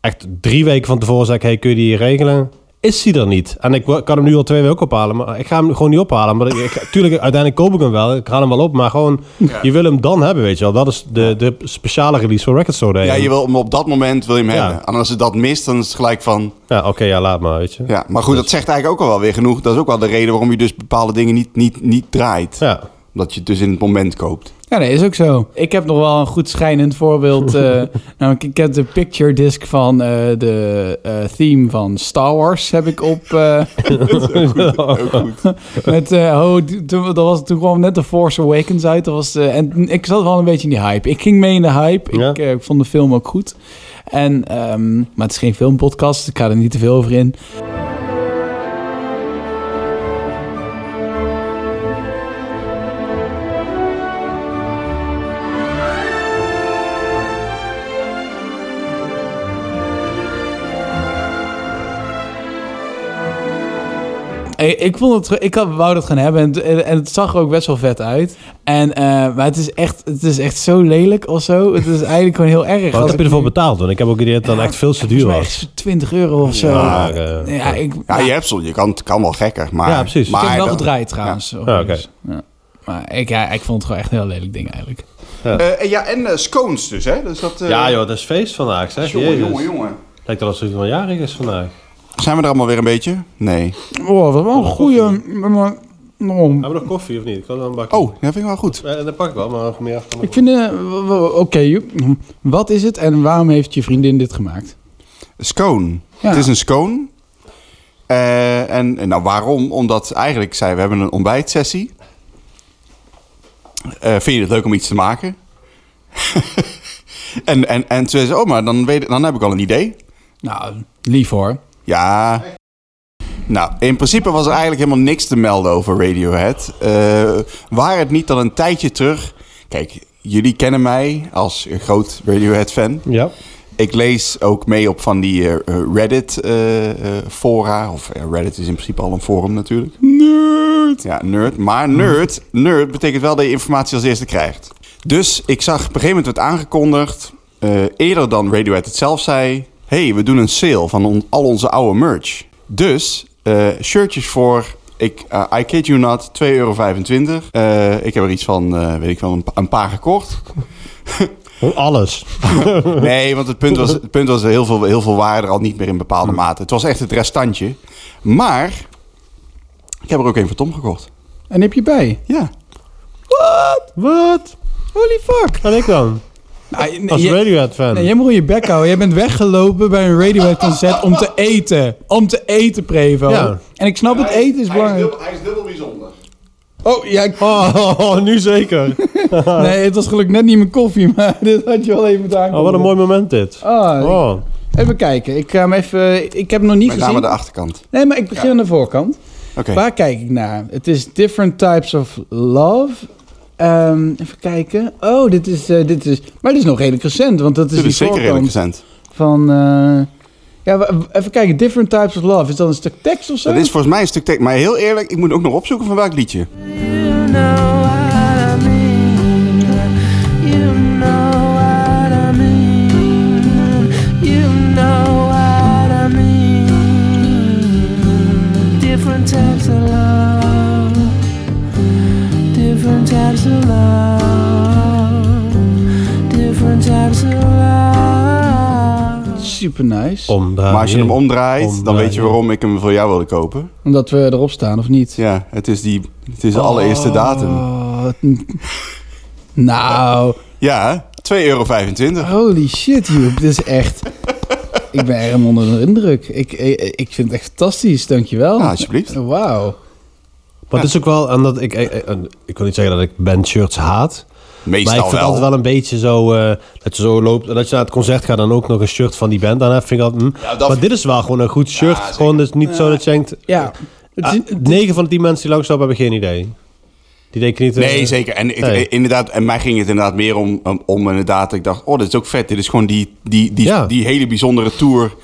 [SPEAKER 4] Echt drie weken van tevoren zeg ik, hey, kun je die regelen? Is die er niet? En ik wa- kan hem nu al twee weken ophalen, maar ik ga hem gewoon niet ophalen. Maar ik, ik- tuurlijk, uiteindelijk koop ik hem wel, ik haal hem wel op, maar gewoon, je wil hem dan hebben, weet je wel. Dat is de, de speciale release voor Record Store Day.
[SPEAKER 3] Ja, je wil hem op dat moment wil je hem
[SPEAKER 4] Ja.
[SPEAKER 3] hebben. En als je dat mist, dan is het gelijk van...
[SPEAKER 4] Ja, oké, ja, laat maar, weet je.
[SPEAKER 3] Ja, maar goed, dat zegt eigenlijk ook al wel weer genoeg. Dat is ook wel de reden waarom je dus bepaalde dingen niet, niet, niet draait.
[SPEAKER 4] Ja.
[SPEAKER 3] Omdat je het dus in het moment koopt.
[SPEAKER 2] Ja, nee, is ook zo. Ik heb nog wel een goed schijnend voorbeeld. eh namelijk, ik heb de picture disc van eh, de eh, theme van Star Wars heb ik op. eh,
[SPEAKER 3] Ook goed.
[SPEAKER 2] met, eh, oh, toen, dat was, toen kwam net The Force Awakens uit. Dat was, eh, en ik zat wel een beetje in die hype. Ik ging mee in de hype.
[SPEAKER 4] Ja.
[SPEAKER 2] Ik eh, vond de film ook goed. En, ehm, maar het is geen filmpodcast, dus ik ga er niet te veel over in. Ik, ik vond het, ik had, wou dat gaan hebben en, het- en, en het zag er ook best wel vet uit. En, eh, maar het is, echt, het is echt zo lelijk of zo. Het is eigenlijk gewoon heel erg.
[SPEAKER 4] Wat
[SPEAKER 2] Als
[SPEAKER 4] heb
[SPEAKER 2] ik
[SPEAKER 4] je ervoor
[SPEAKER 2] nu-
[SPEAKER 4] betaald? Want ik heb ook het idee dat het dan echt veel te duur
[SPEAKER 2] Volgens mij
[SPEAKER 4] was.
[SPEAKER 2] echt 20 euro of zo.
[SPEAKER 4] Ja,
[SPEAKER 2] Ja,
[SPEAKER 4] eh,
[SPEAKER 2] ik,
[SPEAKER 3] Ja, je hebt zo. Je kan, het kan wel gekker, maar...
[SPEAKER 4] Ja, precies.
[SPEAKER 2] ik heb
[SPEAKER 3] Maar
[SPEAKER 2] het wel
[SPEAKER 3] dan-
[SPEAKER 2] gedraaid trouwens. Ja.
[SPEAKER 4] Ah, oké.
[SPEAKER 2] ja. Maar ik, ja, ik vond het gewoon echt een heel lelijk ding eigenlijk.
[SPEAKER 3] Eh, en ja, en eh, scones dus, hè? Dus dat, eh,
[SPEAKER 4] Ja joh, dat is feest vandaag zeg.
[SPEAKER 3] Jongen,
[SPEAKER 4] Jezus.
[SPEAKER 3] jongen, jongen.
[SPEAKER 4] Lijkt wel alsof het wel jarig is vandaag.
[SPEAKER 3] Zijn we er allemaal weer een beetje? Nee.
[SPEAKER 2] Oh, wat wel een goede... maar- nou,
[SPEAKER 4] Hebben we nog koffie of niet? Ik kan wel een bakje.
[SPEAKER 3] Oh, dat vind ik wel goed.
[SPEAKER 4] Eh, dat pak ik wel, maar nog meer kan
[SPEAKER 2] Ik vind... eh, w- w- Oké, Joep. wat is het en waarom heeft je vriendin dit gemaakt?
[SPEAKER 3] Scone.
[SPEAKER 2] Ja.
[SPEAKER 3] Het is een scone. Eh, en, en nou, waarom? Omdat eigenlijk zei, we hebben een ontbijtsessie. Eh, vind je het leuk om iets te maken? en, en, en toen zei ze, oh, maar dan, weet, ik- dan heb ik al een idee.
[SPEAKER 2] Nou, lief hoor.
[SPEAKER 3] Ja. Nou, in principe was er eigenlijk helemaal niks te melden over Radiohead. Eh waar het niet dan een tijdje terug... Kijk, jullie kennen mij als een groot Radiohead-fan.
[SPEAKER 4] Ja.
[SPEAKER 3] Ik lees ook mee op van die eh, Reddit-fora. eh, of eh, Reddit is in principe al een forum natuurlijk. Nerd! Ja, nerd. Maar nerd, nerd betekent wel dat je informatie als eerste krijgt. Dus ik zag op een gegeven moment werd aangekondigd... eh, eerder dan Radiohead het zelf zei... hey, we doen een sale van on- al onze oude merch. Dus eh, shirtjes voor... Ik, eh, I kid you not, 2,25 euro. Eh, ik heb er iets van, eh, weet ik wel, een pa- een paar gekocht.
[SPEAKER 4] Alles.
[SPEAKER 3] Nee, want het punt was, het punt was heel, veel, heel veel waren er al niet meer in bepaalde
[SPEAKER 4] Hmm.
[SPEAKER 3] mate. Het was echt het restantje. Maar ik heb er ook één voor Tom gekocht.
[SPEAKER 2] En heb je bij?
[SPEAKER 3] Ja.
[SPEAKER 4] Wat?
[SPEAKER 2] Holy fuck.
[SPEAKER 4] En ik dan?
[SPEAKER 2] Nou,
[SPEAKER 4] Als
[SPEAKER 2] je-
[SPEAKER 4] Radiohead fan.
[SPEAKER 2] Nee, jij moet je bek houden. Jij bent weggelopen bij een Radiohead-concert om te eten. Om te eten, Prevo.
[SPEAKER 4] Ja.
[SPEAKER 2] En ik snap het, eten is belangrijk.
[SPEAKER 3] bijzonder.
[SPEAKER 2] Oh, ja, ik-
[SPEAKER 4] Oh, oh, oh, nu zeker.
[SPEAKER 2] Nee, het was gelukkig net niet mijn koffie, maar dit had je wel even moeten
[SPEAKER 4] Oh, wat een mooi moment dit.
[SPEAKER 2] aankondigen. Oh,
[SPEAKER 4] Oh.
[SPEAKER 2] Even kijken, ik ga hem even... eh, Ik heb hem nog niet
[SPEAKER 3] Met name
[SPEAKER 2] gezien.
[SPEAKER 3] de achterkant.
[SPEAKER 2] Nee, maar ik begin aan de voorkant.
[SPEAKER 3] Oké.
[SPEAKER 2] Waar kijk ik naar? Het is Different Types of Love. Ehm, even kijken. Oh, dit is, eh, dit is... Maar dit is nog redelijk recent, want dat is,
[SPEAKER 3] Dit
[SPEAKER 2] die
[SPEAKER 3] is zeker
[SPEAKER 2] voorkant
[SPEAKER 3] redelijk recent.
[SPEAKER 2] van... eh, ja, wa- even kijken. Different Types of Love. Is dat een stuk tekst of zo?
[SPEAKER 3] Dat is volgens mij een stuk tekst. Maar heel eerlijk, ik moet ook nog opzoeken van welk liedje.
[SPEAKER 4] Ah,
[SPEAKER 9] Different types of love. Different types of love. Different types of love.
[SPEAKER 2] Super nice.
[SPEAKER 3] Oh.
[SPEAKER 4] Omdraaien.
[SPEAKER 3] maar als je hem omdraait, dan
[SPEAKER 4] Omdraaien.
[SPEAKER 3] weet je waarom ik hem voor jou wilde kopen.
[SPEAKER 2] Omdat we erop staan, of niet?
[SPEAKER 3] Ja, het is, die, het is de
[SPEAKER 4] Ah.
[SPEAKER 3] allereerste datum.
[SPEAKER 2] Oh, het- nou...
[SPEAKER 3] Ja, 2,25 euro.
[SPEAKER 2] Holy shit, Joep. Dit is echt... ik ben erg onder de indruk. Ik, ik, ik vind het echt fantastisch. Dankjewel.
[SPEAKER 3] Nou, alsjeblieft.
[SPEAKER 2] Wauw.
[SPEAKER 4] Maar het is ook wel, en dat ik, ik, ik, ik wil niet zeggen dat ik bandshirts haat. Maar ik
[SPEAKER 3] Meestal
[SPEAKER 4] vind het
[SPEAKER 3] wel.
[SPEAKER 4] altijd wel een beetje zo, eh, dat je zo loopt, en dat je naar het concert gaat en ook nog een shirt van die band aan hebt. Vind ik altijd, hm.
[SPEAKER 3] Ja, dat-
[SPEAKER 4] Maar dit is wel gewoon een goed shirt. gewoon dus niet zo dat je denkt,
[SPEAKER 2] Ja. Het
[SPEAKER 4] ah,
[SPEAKER 2] is-
[SPEAKER 4] negen van de tien mensen die langslopen hebben geen idee. Die denken niet... eh,
[SPEAKER 3] Nee, zeker. En ik,
[SPEAKER 4] nee.
[SPEAKER 3] inderdaad, en mij ging het inderdaad meer om, om, om inderdaad, ik dacht, oh, dit is ook vet. Dit is gewoon die, die, die,
[SPEAKER 4] Ja.
[SPEAKER 3] die hele bijzondere tour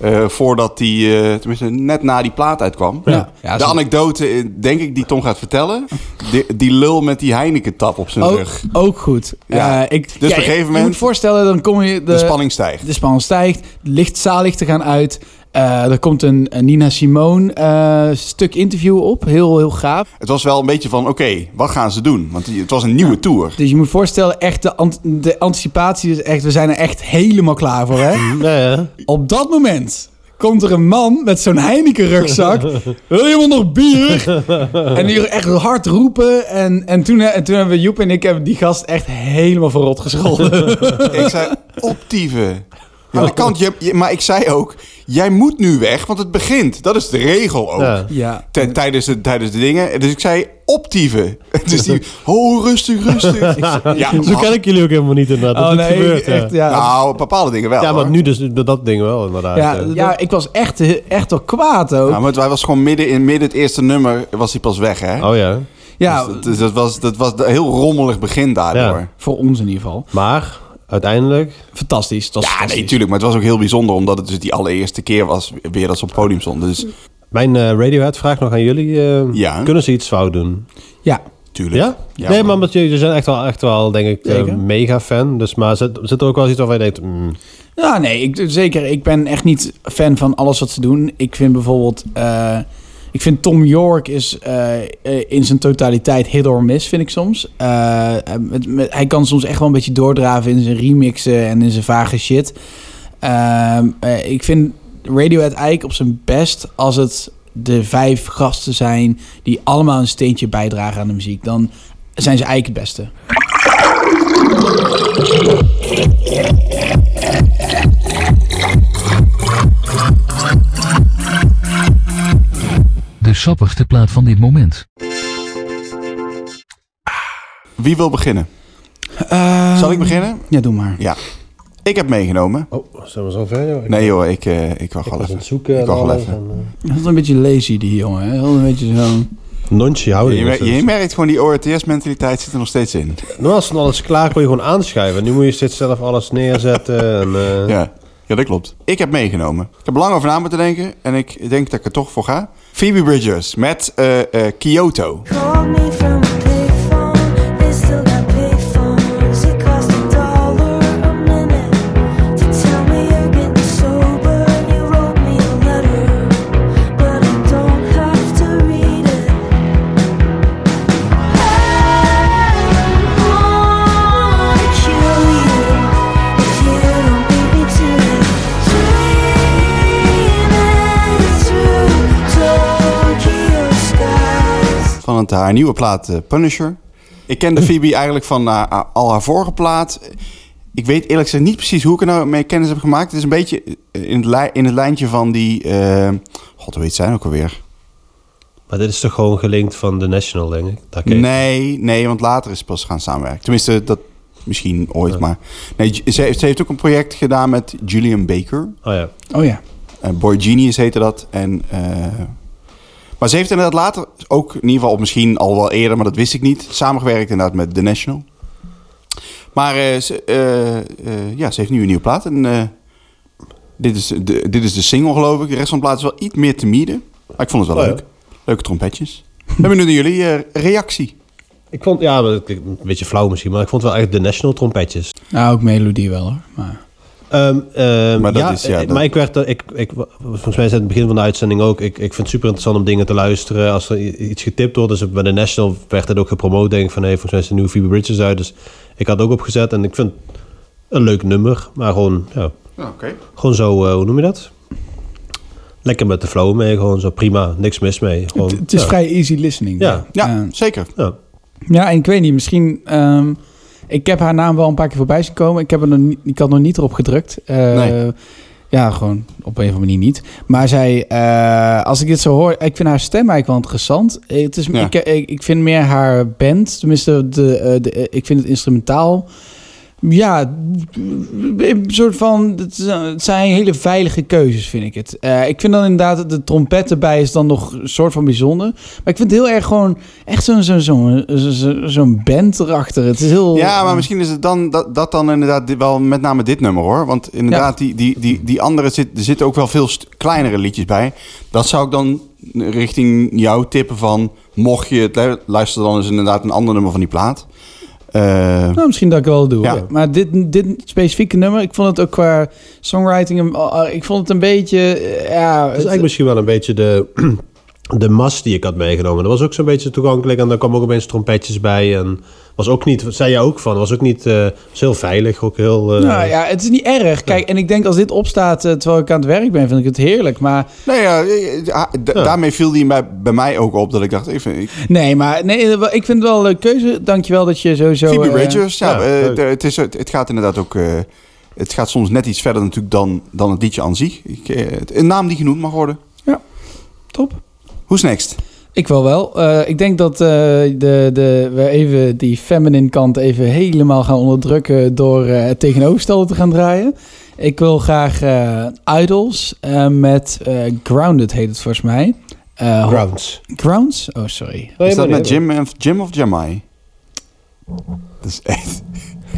[SPEAKER 3] eh, voordat die, eh, tenminste net na die plaat uitkwam.
[SPEAKER 2] Ja. Ja,
[SPEAKER 3] de
[SPEAKER 2] zo-
[SPEAKER 3] anekdote, eh, denk ik, die Tom gaat vertellen, die, die lul met die Heineken-tap op
[SPEAKER 4] Oh.
[SPEAKER 3] zijn
[SPEAKER 2] ook,
[SPEAKER 3] rug.
[SPEAKER 2] ook goed.
[SPEAKER 3] Ja.
[SPEAKER 2] Eh, ik,
[SPEAKER 3] Dus op een gegeven
[SPEAKER 2] Je
[SPEAKER 3] moment-
[SPEAKER 2] moet voorstellen, dan kom je...
[SPEAKER 3] De spanning stijgt.
[SPEAKER 2] De spanning stijgt. De licht, zaallichten gaan uit. Eh, er komt een, een Nina Simone eh, stuk interview op. Heel, heel gaaf.
[SPEAKER 3] Het was wel een beetje van, oké, wat gaan ze doen? Want die- het was een nieuwe tour.
[SPEAKER 2] Dus je moet voorstellen, echt de, ant-
[SPEAKER 3] Mhm.
[SPEAKER 2] de anticipatie is echt... We zijn er echt helemaal klaar voor, hè?
[SPEAKER 4] Nee, hè?
[SPEAKER 2] Op dat moment komt er een man met zo'n Heineken rugzak. Wil iemand nog bier? En die echt hard roepen. En, en, toen, en toen hebben we Joep en ik hebben die gast echt helemaal verrot gescholden.
[SPEAKER 3] Ik zei, optieven. Aan de kant, je, je- maar ik zei ook, jij moet nu weg, want het begint. Dat is de regel ook.
[SPEAKER 4] Ja.
[SPEAKER 2] ja.
[SPEAKER 3] Tij- Tijdens de, tijdens de dingen. Dus ik zei optieven. Dus die, oh, rustig, rustig. Ik zei, ja,
[SPEAKER 4] Zo
[SPEAKER 3] maar-
[SPEAKER 4] ken ik jullie ook helemaal niet inderdaad. Dat
[SPEAKER 2] Oh
[SPEAKER 4] dit
[SPEAKER 2] nee,
[SPEAKER 4] gebeurt, ja.
[SPEAKER 2] echt, ja.
[SPEAKER 3] Nou, bepaalde dingen wel.
[SPEAKER 4] Ja, maar
[SPEAKER 3] hoor.
[SPEAKER 4] nu dus dat- dat eh, ding wel inderdaad.
[SPEAKER 2] Ja,
[SPEAKER 4] ja.
[SPEAKER 2] ja, ik was echt, eh, echt wel kwaad ook.
[SPEAKER 3] Ja, maar hij was gewoon midden in midden het eerste nummer was hij pas weg, hè?
[SPEAKER 4] Oh ja.
[SPEAKER 2] Ja,
[SPEAKER 3] Dus dat, dus dat was, dat was een heel rommelig begin daardoor.
[SPEAKER 4] Ja.
[SPEAKER 2] voor ons in ieder geval.
[SPEAKER 4] Maar uiteindelijk...
[SPEAKER 2] Fantastisch. Het was
[SPEAKER 3] Ja,
[SPEAKER 2] fantastisch.
[SPEAKER 3] nee, tuurlijk. Maar het was ook heel bijzonder, omdat het dus die allereerste keer was weer dat ze op het podium stonden. Dus
[SPEAKER 4] Mijn eh, Radiohead vraagt nog aan jullie. eh,
[SPEAKER 3] Ja.
[SPEAKER 4] Kunnen ze iets fout doen?
[SPEAKER 2] Ja,
[SPEAKER 3] tuurlijk.
[SPEAKER 4] Ja?
[SPEAKER 3] Ja,
[SPEAKER 4] nee,
[SPEAKER 3] maar-
[SPEAKER 4] maar omdat jullie jullie zijn echt wel, echt wel denk ik, eh,
[SPEAKER 2] Zeker.
[SPEAKER 4] mega fan. Dus, maar zit, zit er ook wel iets waarvan je denkt... mm,
[SPEAKER 2] ja nee, ik, zeker. Ik ben echt niet fan van alles wat ze doen. Ik vind bijvoorbeeld... eh, ik vind Tom York is eh, eh, in zijn totaliteit hit or miss, vind ik soms. Eh, met- met- hij kan soms echt wel een beetje doordraven in zijn remixen en in zijn vage shit. Ehm, eh, ik vind Radiohead eigenlijk op zijn best als het de vijf gasten zijn... die allemaal een steentje bijdragen aan de muziek. Dan zijn ze eigenlijk het beste.
[SPEAKER 10] De sappigste plaat van dit moment.
[SPEAKER 3] Wie wil beginnen? Zal ik beginnen?
[SPEAKER 2] Ja, doe maar.
[SPEAKER 3] Ja. Ik heb meegenomen.
[SPEAKER 4] Oh, zijn we zo ver? joh? Ik
[SPEAKER 3] Nee joh, ik, eh, ik wacht wel
[SPEAKER 4] was aan
[SPEAKER 3] even.
[SPEAKER 4] het zoeken.
[SPEAKER 3] Ik
[SPEAKER 4] en
[SPEAKER 3] wacht wel
[SPEAKER 4] alles
[SPEAKER 3] even.
[SPEAKER 4] en, eh.
[SPEAKER 2] Dat is een beetje lazy, die jongen. Hè? Dat is een beetje zo...
[SPEAKER 4] Nonchie houden.
[SPEAKER 3] Je,
[SPEAKER 4] dus
[SPEAKER 3] mer-
[SPEAKER 4] dat
[SPEAKER 3] je
[SPEAKER 4] is-
[SPEAKER 3] merkt gewoon die ORTS-mentaliteit zit er nog steeds in.
[SPEAKER 4] Normaal is van alles klaar, kon je gewoon aanschuiven. Nu moet je steeds zelf alles neerzetten. En, eh,
[SPEAKER 3] Ja. ja, dat klopt. Ik heb meegenomen. Ik heb lang over na moeten denken en ik denk dat ik er toch voor ga. Phoebe Bridgers met eh, eh, Kyoto.
[SPEAKER 9] Called me from a pay phone. They still got pay phones. It cost a dollar a minute to tell me you're getting sober. You wrote me a letter, but I don't have to read it. I wanna kill you if you don't beat me to it. Dreaming through Tokyo skies.
[SPEAKER 3] van het, haar nieuwe plaat eh, Punisher. Ik kende Phoebe eigenlijk van haar- haar- al haar vorige plaat. Ik weet eerlijk gezegd niet precies hoe ik er nou mee kennis heb gemaakt. Het is een beetje eh, in het, lij- in het lijntje van die... eh, God, hoe heet zijn ook alweer?
[SPEAKER 4] Maar dit is toch gewoon gelinkt van The National, denk ik? Daar keek-
[SPEAKER 3] Nee, nee, want later is ze pas gaan samenwerken. Tenminste, dat misschien ooit, maar... Nee, Ju- ze, heeft- ze heeft ook een project gedaan met Julian Baker.
[SPEAKER 4] Oh ja.
[SPEAKER 2] Oh ja.
[SPEAKER 3] Eh, Boy Genius heette dat. En, eh, maar ze heeft inderdaad later ook, in ieder geval of misschien al wel eerder, maar dat wist ik niet, samengewerkt inderdaad met The National. Maar eh, ze, eh, eh, ja, ze heeft nu een nieuwe plaat. En, eh, dit, is de, dit is de single, geloof ik. De rest van de plaat is wel iets meer te mieden. Maar ik vond het wel
[SPEAKER 4] Oh ja.
[SPEAKER 3] leuk. Leuke trompetjes. We hebben nu naar jullie eh, reactie.
[SPEAKER 4] Ik vond, ja, maar dat klinkt een beetje flauw misschien, maar ik vond wel echt The National trompetjes.
[SPEAKER 2] Nou, ook melodie wel hoor. Maar...
[SPEAKER 4] Ehm, ehm,
[SPEAKER 3] Maar dat
[SPEAKER 4] ja,
[SPEAKER 3] is- ja,
[SPEAKER 4] eh,
[SPEAKER 3] dat-
[SPEAKER 4] maar ik werd, er- ik, ik, volgens mij zei het in het begin van de uitzending ook, ik, ik vind het super interessant om dingen te luisteren. Als er i- iets getipt wordt, dus bij de National werd het ook gepromoot, denk ik van, hey, volgens mij is de nieuwe Phoebe Bridges uit, dus ik had het ook opgezet en ik vind het een leuk nummer, maar gewoon, ja,
[SPEAKER 3] Oké.
[SPEAKER 4] gewoon zo, eh, hoe noem je dat? Lekker met de flow mee, gewoon zo prima, niks mis mee. Gewoon,
[SPEAKER 2] Het is
[SPEAKER 4] Oh, ja.
[SPEAKER 2] vrij easy listening.
[SPEAKER 4] Ja.
[SPEAKER 3] Ja,
[SPEAKER 2] Eh,
[SPEAKER 3] zeker.
[SPEAKER 4] Ja.
[SPEAKER 2] ja, en ik weet niet, misschien... ehm, ik heb haar naam wel een paar keer voorbij zien komen. Ik, heb er nog niet, ik had nog niet erop gedrukt. Eh,
[SPEAKER 3] Nee.
[SPEAKER 2] Ja, gewoon op een of andere manier niet. Maar zij, eh, als ik dit zo hoor, ik vind haar stem eigenlijk wel interessant. Eh, Het is,
[SPEAKER 3] Ja.
[SPEAKER 2] ik, ik, ik vind meer haar band, tenminste, de, eh, de, eh, ik vind het instrumentaal. Ja, een soort van. Het zijn- het zijn hele veilige keuzes, vind ik het. Eh, ik vind dan inderdaad dat de trompet erbij is dan nog een soort van bijzonder. Maar ik vind het heel erg gewoon. Echt zo'n zo, zo, zo, zo, zo'n band erachter. Het is heel.
[SPEAKER 3] Ja, maar misschien is het dan, dat, dat dan inderdaad dit- wel met name dit nummer hoor. Want inderdaad, die, die, die, die andere zit, er zitten ook wel veel st- kleinere liedjes bij. Dat zou ik dan richting jou tippen van, mocht je het lu- luisteren, dan is inderdaad een ander nummer van die plaat. Eh,
[SPEAKER 2] Nou, misschien dat ik wel doe.
[SPEAKER 3] Ja.
[SPEAKER 2] Ja. Maar dit, dit specifieke nummer, ik vond het ook qua songwriting. een- ah, ah, Ik vond het een beetje. eh, Ja,
[SPEAKER 4] Dat is
[SPEAKER 2] het-
[SPEAKER 4] eigenlijk misschien wel een beetje de, de mas die ik had meegenomen. Dat was ook zo'n beetje toegankelijk. En daar kwam ook opeens trompetjes bij. En was ook niet, wat zei jij ook van, was ook niet, eh, was heel veilig, ook heel... eh,
[SPEAKER 2] Nou ja, het is niet erg. Kijk, en ik denk als dit opstaat eh, terwijl ik aan het werk ben, vind ik het heerlijk. Maar
[SPEAKER 3] Nee, ja, eh, eh, da- daarmee viel die bij, bij mij ook op dat ik dacht, ik vind, ik,
[SPEAKER 2] nee, maar nee, eh, wel- ik vind het wel een leuke keuze. Dankjewel dat je sowieso...
[SPEAKER 3] Phoebe
[SPEAKER 2] eh,
[SPEAKER 3] Bridgers, ja,
[SPEAKER 4] ja,
[SPEAKER 3] eh,
[SPEAKER 4] leuk.
[SPEAKER 3] de- het, is, het, het gaat inderdaad ook, eh, het gaat soms net iets verder natuurlijk dan, dan het liedje aan zich. Ik, eh, het- een naam die genoemd mag worden.
[SPEAKER 2] top.
[SPEAKER 3] Who's next?
[SPEAKER 2] Ik wel wel. Eh, ik denk dat eh, de, de, we even die feminine kant even helemaal gaan onderdrukken door eh, het tegenovergestelde te gaan draaien. Ik wil graag eh, Idols eh, met eh, Grounded heet het volgens mij. Eh, ho-
[SPEAKER 4] Grounds.
[SPEAKER 2] Grounds? Oh, sorry.
[SPEAKER 4] Nee,
[SPEAKER 3] is dat
[SPEAKER 4] maar
[SPEAKER 3] met
[SPEAKER 4] nee,
[SPEAKER 3] Jim, en- Jim of Jamai? Dat is echt...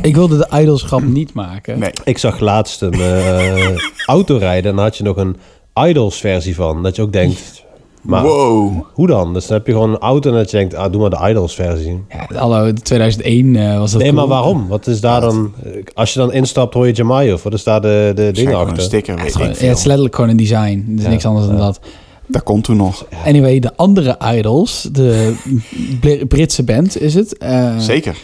[SPEAKER 2] Ik wilde de Idols grap niet maken.
[SPEAKER 3] Nee.
[SPEAKER 4] Ik zag laatst een eh, auto rijden en daar had je nog een Idols versie van. Dat je ook denkt, maar
[SPEAKER 3] Wow.
[SPEAKER 4] hoe dan? Dus dan heb je gewoon een auto en dat je denkt, ah, doe maar de Idols versie.
[SPEAKER 2] Ja, hallo, 2001 eh, was dat
[SPEAKER 4] Nee, maar
[SPEAKER 2] cool.
[SPEAKER 4] waarom? Wat is daar dan... eh, Als je dan instapt, hoor je Jamai of wat is daar de, de ding
[SPEAKER 3] Waarschijnlijk gewoon een
[SPEAKER 4] achter?
[SPEAKER 3] sticker,
[SPEAKER 2] Ja,
[SPEAKER 3] weet
[SPEAKER 2] het, is
[SPEAKER 3] ik
[SPEAKER 2] gewoon- ja,
[SPEAKER 3] veel.
[SPEAKER 2] het is letterlijk gewoon een design. Het is niks anders dan dat.
[SPEAKER 3] Dat komt toen nog.
[SPEAKER 2] Anyway, de andere Idols, de Bl- Britse band is het. eh,
[SPEAKER 3] Zeker.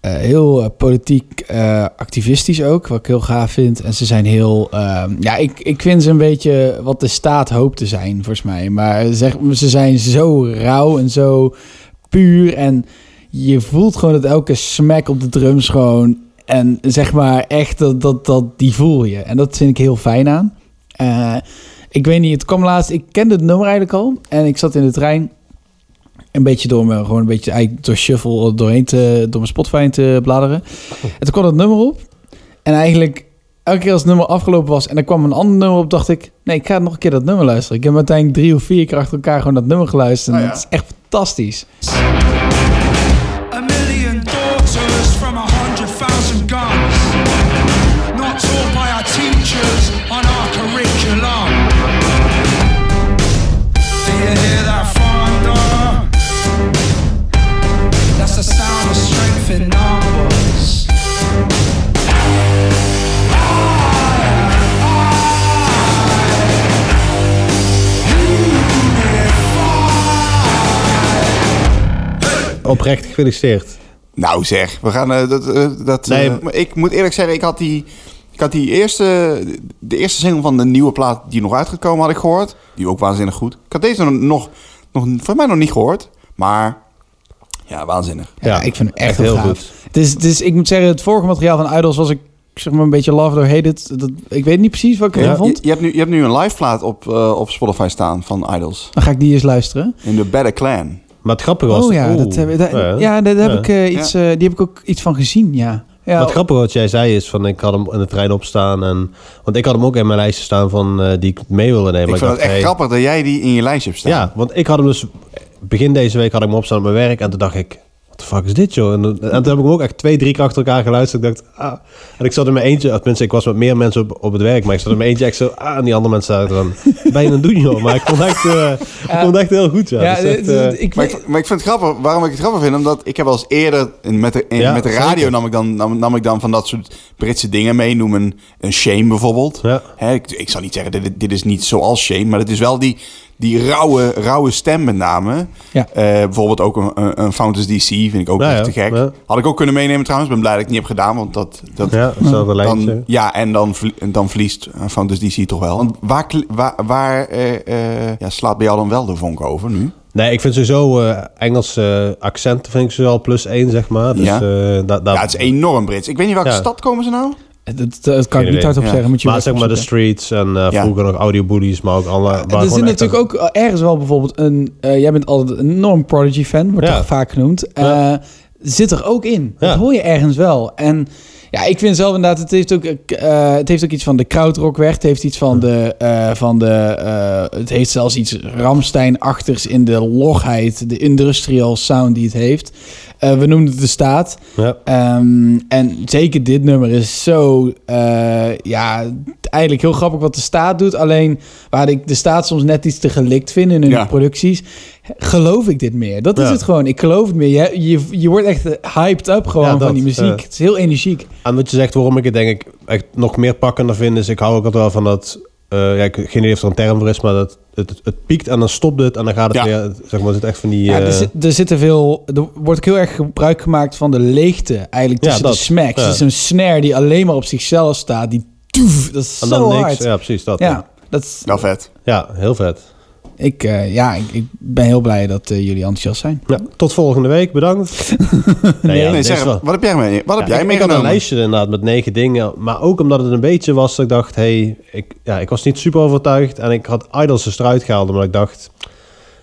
[SPEAKER 2] eh, heel eh, politiek eh, activistisch ook, wat ik heel gaaf vind. En ze zijn heel... eh, ja, ik, ik vind ze een beetje wat de staat hoopt te zijn, volgens mij. Maar zeg, ze zijn zo rauw en zo puur. En je voelt gewoon dat elke smack op de drums gewoon... En zeg maar echt, dat, dat, dat, die voel je. En dat vind ik heel fijn aan. Eh, ik weet niet, het kwam laatst... Ik kende het nummer eigenlijk al. En ik zat in de trein een beetje door me, gewoon een beetje eigenlijk door shuffle doorheen te, door mijn Spotify heen te bladeren. En toen kwam dat nummer op. En eigenlijk elke keer als het nummer afgelopen was en er kwam een ander nummer op, dacht ik, nee, ik ga nog een keer dat nummer luisteren. Ik heb uiteindelijk drie of vier keer achter elkaar gewoon dat nummer geluisterd. En
[SPEAKER 3] Ah, ja.
[SPEAKER 2] dat is echt fantastisch.
[SPEAKER 5] A million daughters from a hundred thousand guns. Not taught by our teachers on our curriculum. Do you hear that thunder? That's the sound of strength in numbers.
[SPEAKER 4] Oprecht gefeliciteerd.
[SPEAKER 3] Nou zeg, we gaan... eh, dat, eh, dat,
[SPEAKER 4] Nee.
[SPEAKER 3] eh, maar ik moet eerlijk zeggen, ik had die... Ik had die eerste, de eerste single van de nieuwe plaat die nog uit gaat komen, had ik gehoord. Die ook waanzinnig goed. Ik had deze nog, nog, voor mij nog niet gehoord. Maar ja, waanzinnig.
[SPEAKER 2] Ja,
[SPEAKER 4] Ja,
[SPEAKER 2] ik vind hem echt,
[SPEAKER 4] echt
[SPEAKER 2] heel
[SPEAKER 4] heel
[SPEAKER 2] gaaf.
[SPEAKER 4] goed.
[SPEAKER 2] Het is, het is, ik moet zeggen, het vorige materiaal van Idols was ik zeg maar een beetje love or hate it. Dat, ik weet niet precies wat ik ervan
[SPEAKER 3] Ja, je,
[SPEAKER 2] vond.
[SPEAKER 3] je hebt nu, je hebt nu een live plaat op, eh, op Spotify staan van Idols.
[SPEAKER 2] Dan ga ik die eens luisteren.
[SPEAKER 3] In de Better Clan.
[SPEAKER 4] Maar het grappige was...
[SPEAKER 2] Oh ja,
[SPEAKER 4] oeh,
[SPEAKER 2] dat heb, daar- ja, daar heb
[SPEAKER 4] Ja.
[SPEAKER 2] ik eh, iets, eh, die heb ik ook iets van gezien, ja. ja
[SPEAKER 4] Maar het grappige wat jij zei is van ik had hem in de trein opstaan en want ik had hem ook in mijn lijstje staan van eh, die ik mee wilde nemen.
[SPEAKER 3] ik
[SPEAKER 4] Maar
[SPEAKER 3] vind het
[SPEAKER 4] dacht, hey,
[SPEAKER 3] echt grappig dat jij die in je lijstje hebt staan.
[SPEAKER 4] Ja, want ik had hem dus begin deze week had ik hem opstaan op mijn werk en toen dacht ik wat de fuck is dit joh? En, en toen heb ik hem ook echt twee drie keer achter elkaar geluisterd. Ik dacht ah. en ik zat in mijn eentje. of Tenminste, ik was met meer mensen op, op het werk, maar ik zat in mijn eentje echt zo ah en die andere mensen zaten dan ben je aan het doen joh? Maar ik vond het echt, eh, ik vond het echt heel goed ja.
[SPEAKER 2] Ja,
[SPEAKER 4] Dus echt,
[SPEAKER 2] dit-
[SPEAKER 4] eh,
[SPEAKER 2] dit- ik
[SPEAKER 3] Maar
[SPEAKER 2] weet-
[SPEAKER 3] ik, maar ik vind het grappig, waarom ik het grappig vind, omdat ik heb wel eens eerder in, met, de, in-
[SPEAKER 4] Ja,
[SPEAKER 3] met de radio
[SPEAKER 4] zeker.
[SPEAKER 3] nam ik, dan, nam, nam ik dan van dat soort Britse dingen mee, noem een, een shame bijvoorbeeld.
[SPEAKER 4] Ja.
[SPEAKER 3] Hè, ik, ik zal niet zeggen, dit, dit is niet zoals shame, maar het is wel die, die rauwe, rauwe stem met name.
[SPEAKER 2] Ja.
[SPEAKER 3] Eh, bijvoorbeeld ook een, een, een Fountains DC vind ik ook
[SPEAKER 4] Nou
[SPEAKER 3] echt
[SPEAKER 4] ja,
[SPEAKER 3] te gek.
[SPEAKER 4] ja.
[SPEAKER 3] Had ik ook kunnen meenemen trouwens, ben blij dat ik het niet heb gedaan, want dat, dat,
[SPEAKER 4] ja, hetzelfde
[SPEAKER 3] dan,
[SPEAKER 4] lijntje.
[SPEAKER 3] ja, en dan, verlie- en dan verliest eh, Fountains DC toch wel. Want waar kle- waar, waar eh, eh, ja, slaat bij jou dan wel de vonk over nu?
[SPEAKER 4] Nee, ik vind sowieso eh, Engelse accenten vind ik sowieso al plus één zeg maar. Dus,
[SPEAKER 3] Ja.
[SPEAKER 4] eh, da- daar-
[SPEAKER 3] Ja, het is enorm Brits. Ik weet niet welke
[SPEAKER 4] Ja.
[SPEAKER 3] stad komen ze nou?
[SPEAKER 2] Het, het- het kan ik
[SPEAKER 4] Geen
[SPEAKER 2] niet hardop
[SPEAKER 3] idee.
[SPEAKER 2] zeggen. Moet je
[SPEAKER 4] Maar
[SPEAKER 2] wel
[SPEAKER 4] zeg maar de
[SPEAKER 2] opzoeken.
[SPEAKER 4] streets en eh,
[SPEAKER 3] Ja.
[SPEAKER 4] vroeger nog audiobodies, maar ook alle... waar
[SPEAKER 2] Er
[SPEAKER 4] gewoon
[SPEAKER 2] zit
[SPEAKER 4] echt
[SPEAKER 2] natuurlijk
[SPEAKER 4] een-
[SPEAKER 2] ook eh, ergens wel bijvoorbeeld een... eh, jij bent altijd een enorm Prodigy-fan, wordt
[SPEAKER 4] Ja.
[SPEAKER 2] toch vaak genoemd. Eh,
[SPEAKER 4] Ja.
[SPEAKER 2] Zit er ook in.
[SPEAKER 4] Ja.
[SPEAKER 2] Dat hoor je ergens wel. En ja, ik vind zelf inderdaad... Het heeft ook, eh, het heeft ook iets van de krautrock weg. Het heeft iets
[SPEAKER 4] Hm.
[SPEAKER 2] van de... eh, van de eh, het heeft zelfs iets Ramstein-achtigs in de logheid. De industrial sound die het heeft. Eh, we noemden het de staat.
[SPEAKER 4] Ja.
[SPEAKER 2] Ehm, en zeker dit nummer is zo, eh, ja, eigenlijk heel grappig wat de staat doet. Alleen waar ik de staat soms net iets te gelikt vind in hun
[SPEAKER 3] Ja.
[SPEAKER 2] producties, geloof ik dit meer. Dat is
[SPEAKER 4] Ja.
[SPEAKER 2] het gewoon. Ik geloof het meer. Je, je, je wordt echt hyped up gewoon
[SPEAKER 4] Ja, dat,
[SPEAKER 2] van die muziek.
[SPEAKER 4] eh.
[SPEAKER 2] Het is heel energiek.
[SPEAKER 4] En wat je zegt, waarom ik het denk ik echt nog meer pakkender vind, is ik hou ook altijd wel van dat eh, ja, ik heb geen idee of er een term voor is, maar dat, het, het, het piekt en dan stopt het en dan gaat het
[SPEAKER 3] Ja.
[SPEAKER 4] weer. Zeg maar, het zit echt van die...
[SPEAKER 2] Ja,
[SPEAKER 4] eh,
[SPEAKER 2] er, zit, er zitten veel. Er wordt ook heel erg gebruik gemaakt van de leegte. Eigenlijk
[SPEAKER 4] Ja,
[SPEAKER 2] tussen
[SPEAKER 4] dat.
[SPEAKER 2] de smacks.
[SPEAKER 4] Ja.
[SPEAKER 2] Het is een snare die alleen maar op zichzelf staat. Die toef, dat is
[SPEAKER 4] en
[SPEAKER 2] zo
[SPEAKER 4] dan niks.
[SPEAKER 2] hard. Ja,
[SPEAKER 4] Ja, precies. Dat, ja.
[SPEAKER 2] ja dat is-
[SPEAKER 3] Nou, vet.
[SPEAKER 4] ja, heel vet.
[SPEAKER 2] ik, eh, ja, ik, ik ben heel blij dat eh, jullie enthousiast zijn.
[SPEAKER 4] Ja, tot volgende week, bedankt. nee, ja,
[SPEAKER 3] nee,
[SPEAKER 4] deze
[SPEAKER 3] zeg,
[SPEAKER 4] wel-
[SPEAKER 3] wat heb jij, mee, wat heb
[SPEAKER 4] Ja, ik, ik had
[SPEAKER 3] jij
[SPEAKER 4] een
[SPEAKER 3] meegenomen?
[SPEAKER 4] lijstje inderdaad met negen dingen. Maar ook omdat het een beetje was dat ik dacht... Hey, ik, ja, ik was niet super overtuigd. En ik had Idols er eruit gehaald. Omdat ik dacht...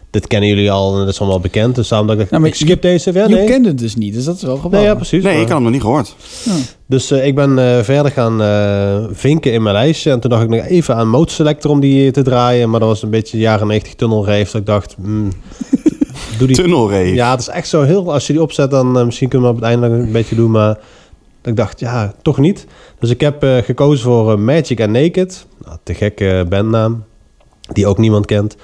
[SPEAKER 4] Dit kennen jullie al en dat is allemaal bekend. Dus daarom dacht ik...
[SPEAKER 2] Ja, maar
[SPEAKER 4] ik skip deze. Ja,
[SPEAKER 2] Je
[SPEAKER 4] nee.
[SPEAKER 2] kent het dus niet, dus dat is wel
[SPEAKER 4] nee,
[SPEAKER 2] geweldig.
[SPEAKER 4] ja, precies.
[SPEAKER 3] Nee,
[SPEAKER 4] maar-
[SPEAKER 3] ik had hem nog niet gehoord.
[SPEAKER 4] Dus eh, ik ben eh, verder gaan eh, vinken in mijn lijstje. En toen dacht ik nog even aan Mode Selector om die eh, te draaien. Maar dat was een beetje jaren 90 tunnelreef. Dat ik dacht... hmm, doe die
[SPEAKER 3] Tunnelrave.
[SPEAKER 4] ja, het is echt zo heel... Als je die opzet, dan eh, misschien kunnen we op het einde nog een beetje doen. Maar ik dacht, ja, toch niet. Dus ik heb eh, gekozen voor eh, Magic and Naked. Nou, te gekke bandnaam. Die ook niemand kent.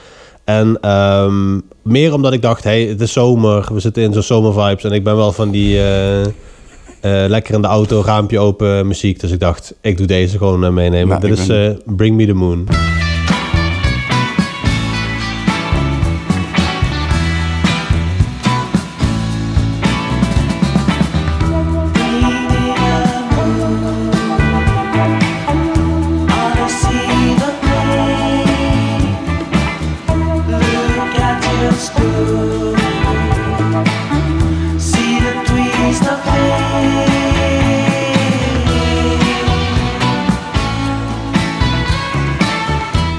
[SPEAKER 4] En ehm, meer omdat ik dacht, hey, het is zomer. We zitten in zo'n zomervibes. En ik ben wel van die... eh, eh, lekker in de auto, raampje open, muziek. Dus ik dacht, ik doe deze gewoon eh, meenemen.
[SPEAKER 3] Nou,
[SPEAKER 4] Dit
[SPEAKER 3] ik
[SPEAKER 4] is
[SPEAKER 3] ben-
[SPEAKER 4] eh, Bring Me The Moon.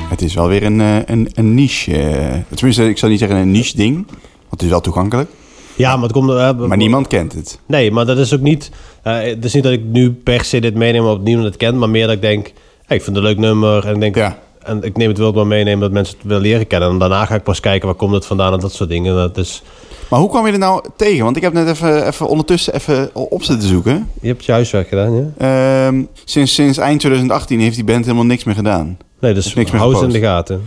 [SPEAKER 3] Het is wel weer een, eh, een, een niche. eh, tenminste, ik zou niet zeggen een niche ding. Want het is wel toegankelijk.
[SPEAKER 4] Ja, maar het komt... eh,
[SPEAKER 3] Maar niemand kent het.
[SPEAKER 4] Nee, maar dat is ook niet. eh, het is niet dat ik nu per se dit meeneem omdat niemand het kent, maar meer dat ik denk, hey, ik vind het een leuk nummer en ik denk,
[SPEAKER 3] Ja.
[SPEAKER 4] en ik neem het wel maar meenemen dat mensen het willen leren kennen. En daarna ga ik pas kijken waar komt het vandaan en dat soort dingen. Dat is,
[SPEAKER 3] Maar hoe kwam je er nou tegen? Want ik heb net even, even ondertussen even op zitten zoeken.
[SPEAKER 4] je hebt je huiswerk gedaan, ja?
[SPEAKER 3] Ehm, sinds, sinds eind 2018 heeft die band helemaal niks meer gedaan.
[SPEAKER 4] Nee, dus
[SPEAKER 3] Niks meer
[SPEAKER 4] hou ze in de
[SPEAKER 3] gepost.
[SPEAKER 4] gaten.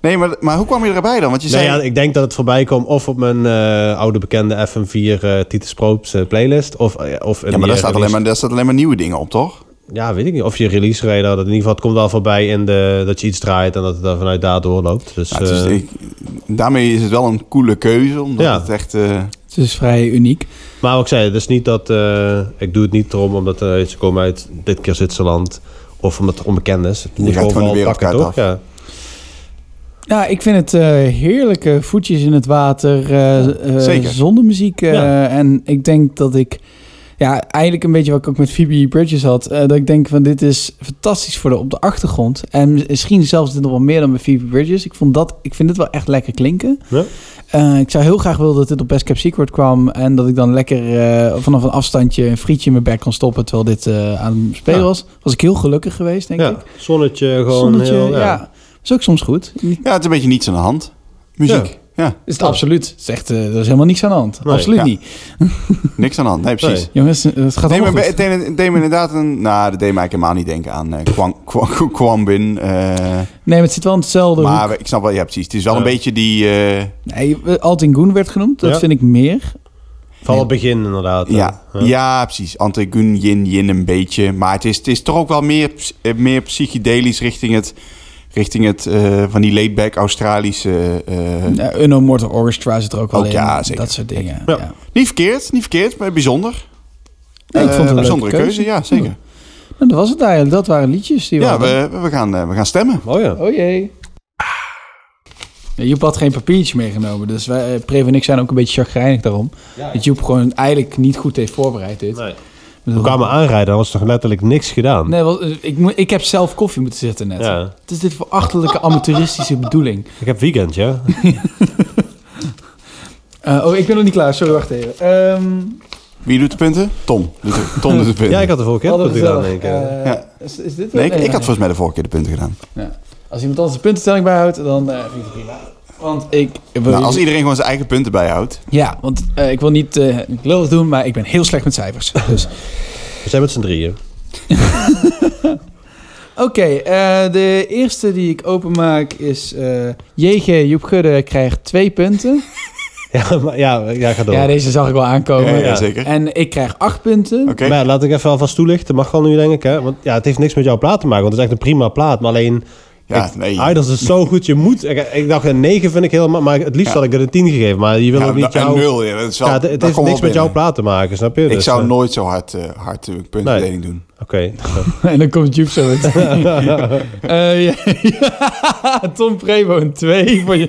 [SPEAKER 3] Nee, maar, maar hoe kwam je erbij dan? Want je
[SPEAKER 4] Nee,
[SPEAKER 3] zei...
[SPEAKER 4] Nou ja, ik denk dat het voorbij kwam of op mijn eh, oude bekende FM4 eh, Titus Proops eh, playlist. Of, eh, of in
[SPEAKER 3] ja, maar
[SPEAKER 4] die,
[SPEAKER 3] daar
[SPEAKER 4] eh,
[SPEAKER 3] staat, alleen
[SPEAKER 4] release-
[SPEAKER 3] maar daar staat alleen maar nieuwe dingen op, toch?
[SPEAKER 4] Ja, weet ik niet. Of je release radar. Dat in ieder geval, het komt wel voorbij in de, dat je iets draait en dat het daar vanuit daar doorloopt. Dus,
[SPEAKER 3] Ja, het is-
[SPEAKER 4] eh,
[SPEAKER 3] ik- daarmee is het wel een coole keuze, omdat
[SPEAKER 4] Ja.
[SPEAKER 3] het echt... eh,
[SPEAKER 2] Het is vrij uniek.
[SPEAKER 4] Maar wat ik zei, het is niet dat... eh, ik doe het niet erom omdat eh, ze komen uit dit keer Zwitserland... of omdat het onbekend is. Het moet
[SPEAKER 3] gaat
[SPEAKER 4] overal
[SPEAKER 3] gewoon de wereldkaart
[SPEAKER 4] pakken,
[SPEAKER 3] af.
[SPEAKER 4] Ja.
[SPEAKER 2] Ja, ik vind het eh, heerlijke voetjes in het water eh, eh,
[SPEAKER 3] zeker.
[SPEAKER 2] zonder muziek. eh,
[SPEAKER 4] Ja.
[SPEAKER 2] En ik denk dat ik, ja, eigenlijk een beetje wat ik ook met Phoebe Bridges had. eh, dat ik denk van dit is fantastisch voor de, op de achtergrond. En misschien zelfs dit nog wel meer dan bij Phoebe Bridges. Ik, vond dat, ik vind dit wel echt lekker klinken.
[SPEAKER 4] Ja.
[SPEAKER 2] Eh, ik zou heel graag willen dat dit op Best Cap Secret kwam. En dat ik dan lekker eh, vanaf een afstandje een frietje in mijn bek kon stoppen. Terwijl dit eh, aan het spelen
[SPEAKER 4] Ja.
[SPEAKER 2] was. Was ik heel gelukkig geweest, denk ik.
[SPEAKER 4] ja, zonnetje gewoon
[SPEAKER 2] Zonnetje,
[SPEAKER 4] heel... Ja.
[SPEAKER 2] ja. Is ook soms goed.
[SPEAKER 3] ja, het is een beetje niets aan de hand. Muziek. Ja,
[SPEAKER 2] Is het absoluut. Het is echt, eh, er is helemaal niks aan de hand.
[SPEAKER 4] Nee,
[SPEAKER 2] absoluut
[SPEAKER 3] Oh. ja.
[SPEAKER 2] niet.
[SPEAKER 3] niks aan de hand. Nee, precies.
[SPEAKER 4] Nee.
[SPEAKER 2] Jongens, het gaat
[SPEAKER 3] Nee, maar
[SPEAKER 2] allemaal
[SPEAKER 3] bij-
[SPEAKER 2] goed.
[SPEAKER 3] het deed, het deed me inderdaad een... Nou, dat deed mij eigenlijk helemaal niet denken aan eh, Kwam- Kwam- Kwambin. eh,
[SPEAKER 2] Nee, maar het zit wel in hetzelfde
[SPEAKER 3] maar
[SPEAKER 2] hoek.
[SPEAKER 3] ik snap wel, ja precies. Het is wel
[SPEAKER 4] Ja.
[SPEAKER 3] een beetje die... eh,
[SPEAKER 2] Nee, eh, Altin Goen werd genoemd. Dat
[SPEAKER 4] Ja.
[SPEAKER 2] vind ik meer.
[SPEAKER 4] Van het begin inderdaad. eh.
[SPEAKER 3] ja, ja. precies. Antigun, yin, yin een beetje. Maar het is, het is toch ook wel meer, ps- eh, meer psychedelisch richting het... Richting het eh, van die laidback Australische... eh,
[SPEAKER 2] Eh, Unknown Mortal Orchestra zit er ook wel
[SPEAKER 3] Ook,
[SPEAKER 2] in.
[SPEAKER 3] ja, Eh, zeker.
[SPEAKER 2] Dat soort dingen. Ja.
[SPEAKER 4] Ja.
[SPEAKER 3] Niet verkeerd, niet verkeerd, maar bijzonder.
[SPEAKER 2] Nee, ik vond het
[SPEAKER 3] Eh,
[SPEAKER 2] een leuke
[SPEAKER 3] bijzondere keuze.
[SPEAKER 2] keuze.
[SPEAKER 3] ja, zeker.
[SPEAKER 2] Nou, dat was het eigenlijk. Dat waren liedjes die we
[SPEAKER 3] Ja,
[SPEAKER 2] hadden.
[SPEAKER 3] we, we, gaan, eh, we gaan stemmen.
[SPEAKER 4] Oh ja.
[SPEAKER 2] Oh jee. Ja, Joep had geen papiertje meegenomen. Dus wij, eh, Preve en ik zijn ook een beetje chagrijnig daarom. Dat Joep gewoon eigenlijk niet goed heeft voorbereid dit.
[SPEAKER 4] Nee.
[SPEAKER 2] Bedoel-
[SPEAKER 4] We kwamen aanrijden, dan was toch letterlijk niks gedaan.
[SPEAKER 2] Nee, wel, eh, ik, moet- ik heb zelf koffie moeten zetten net.
[SPEAKER 4] Ja.
[SPEAKER 2] Het is dit verachtelijke amateuristische bedoeling.
[SPEAKER 4] Ik heb weekend, ja.
[SPEAKER 2] Eh, oh, ik ben nog niet klaar. Sorry, wacht even. Ehm
[SPEAKER 3] Wie doet de punten? Tom. Doet de- Tom doet de punten.
[SPEAKER 4] ja, ik had de vorige keer
[SPEAKER 2] hadden
[SPEAKER 4] dat
[SPEAKER 2] we
[SPEAKER 4] gedaan,
[SPEAKER 2] gezellig.
[SPEAKER 4] denk ik. ja.
[SPEAKER 2] Eh,
[SPEAKER 3] Ja.
[SPEAKER 2] is, is dit
[SPEAKER 3] Nee, ik, ik
[SPEAKER 2] ja.
[SPEAKER 3] had volgens mij de vorige keer de punten gedaan.
[SPEAKER 2] Als iemand anders de puntenstelling bijhoudt, dan eh, vind ik het prima. Want ik... wil-
[SPEAKER 3] Nou, als iedereen gewoon zijn eigen punten bijhoudt.
[SPEAKER 2] Ja, want eh, ik wil niet eh lullig doen, maar ik ben heel slecht met cijfers. Dus.
[SPEAKER 4] We zijn met z'n drieën.
[SPEAKER 2] Oké, eh, de eerste die ik openmaak is... eh, JG Joep Gudde krijgt twee punten.
[SPEAKER 4] Ja, maar, ja, ja ga door.
[SPEAKER 2] Ja, deze zag ik wel aankomen.
[SPEAKER 3] Ja, ja, zeker.
[SPEAKER 2] En ik krijg acht punten.
[SPEAKER 3] Oké.
[SPEAKER 4] Maar ja, laat ik even alvast toelichten. Mag wel nu, denk ik. Hè? Want ja, het heeft niks met jouw plaat te maken. Want het is echt een prima plaat. Maar alleen,
[SPEAKER 3] Ja,
[SPEAKER 4] ik-
[SPEAKER 3] nee.
[SPEAKER 4] Idols is zo goed. Je moet... Ik, ik dacht, een 9 vind ik helemaal... Maar het liefst
[SPEAKER 3] Ja.
[SPEAKER 4] had ik er een 10 gegeven. Maar je wil
[SPEAKER 3] Ja,
[SPEAKER 4] ook niet
[SPEAKER 3] nou, en
[SPEAKER 4] jouw...
[SPEAKER 3] nul, ja, dat is wel,
[SPEAKER 4] ja, het, het
[SPEAKER 3] dat
[SPEAKER 4] heeft
[SPEAKER 3] komt wel
[SPEAKER 4] niks met jouw
[SPEAKER 3] binnen.
[SPEAKER 4] plaat te maken, snap je?
[SPEAKER 3] Ik
[SPEAKER 4] Dus,
[SPEAKER 3] zou
[SPEAKER 4] eh,
[SPEAKER 3] nooit zo hard, eh hard natuurlijk puntenverdeling doen.
[SPEAKER 4] Oké.
[SPEAKER 2] En dan komt Joep zo met... Eh, ja, ja, Tom Prebo een 2. Voor je,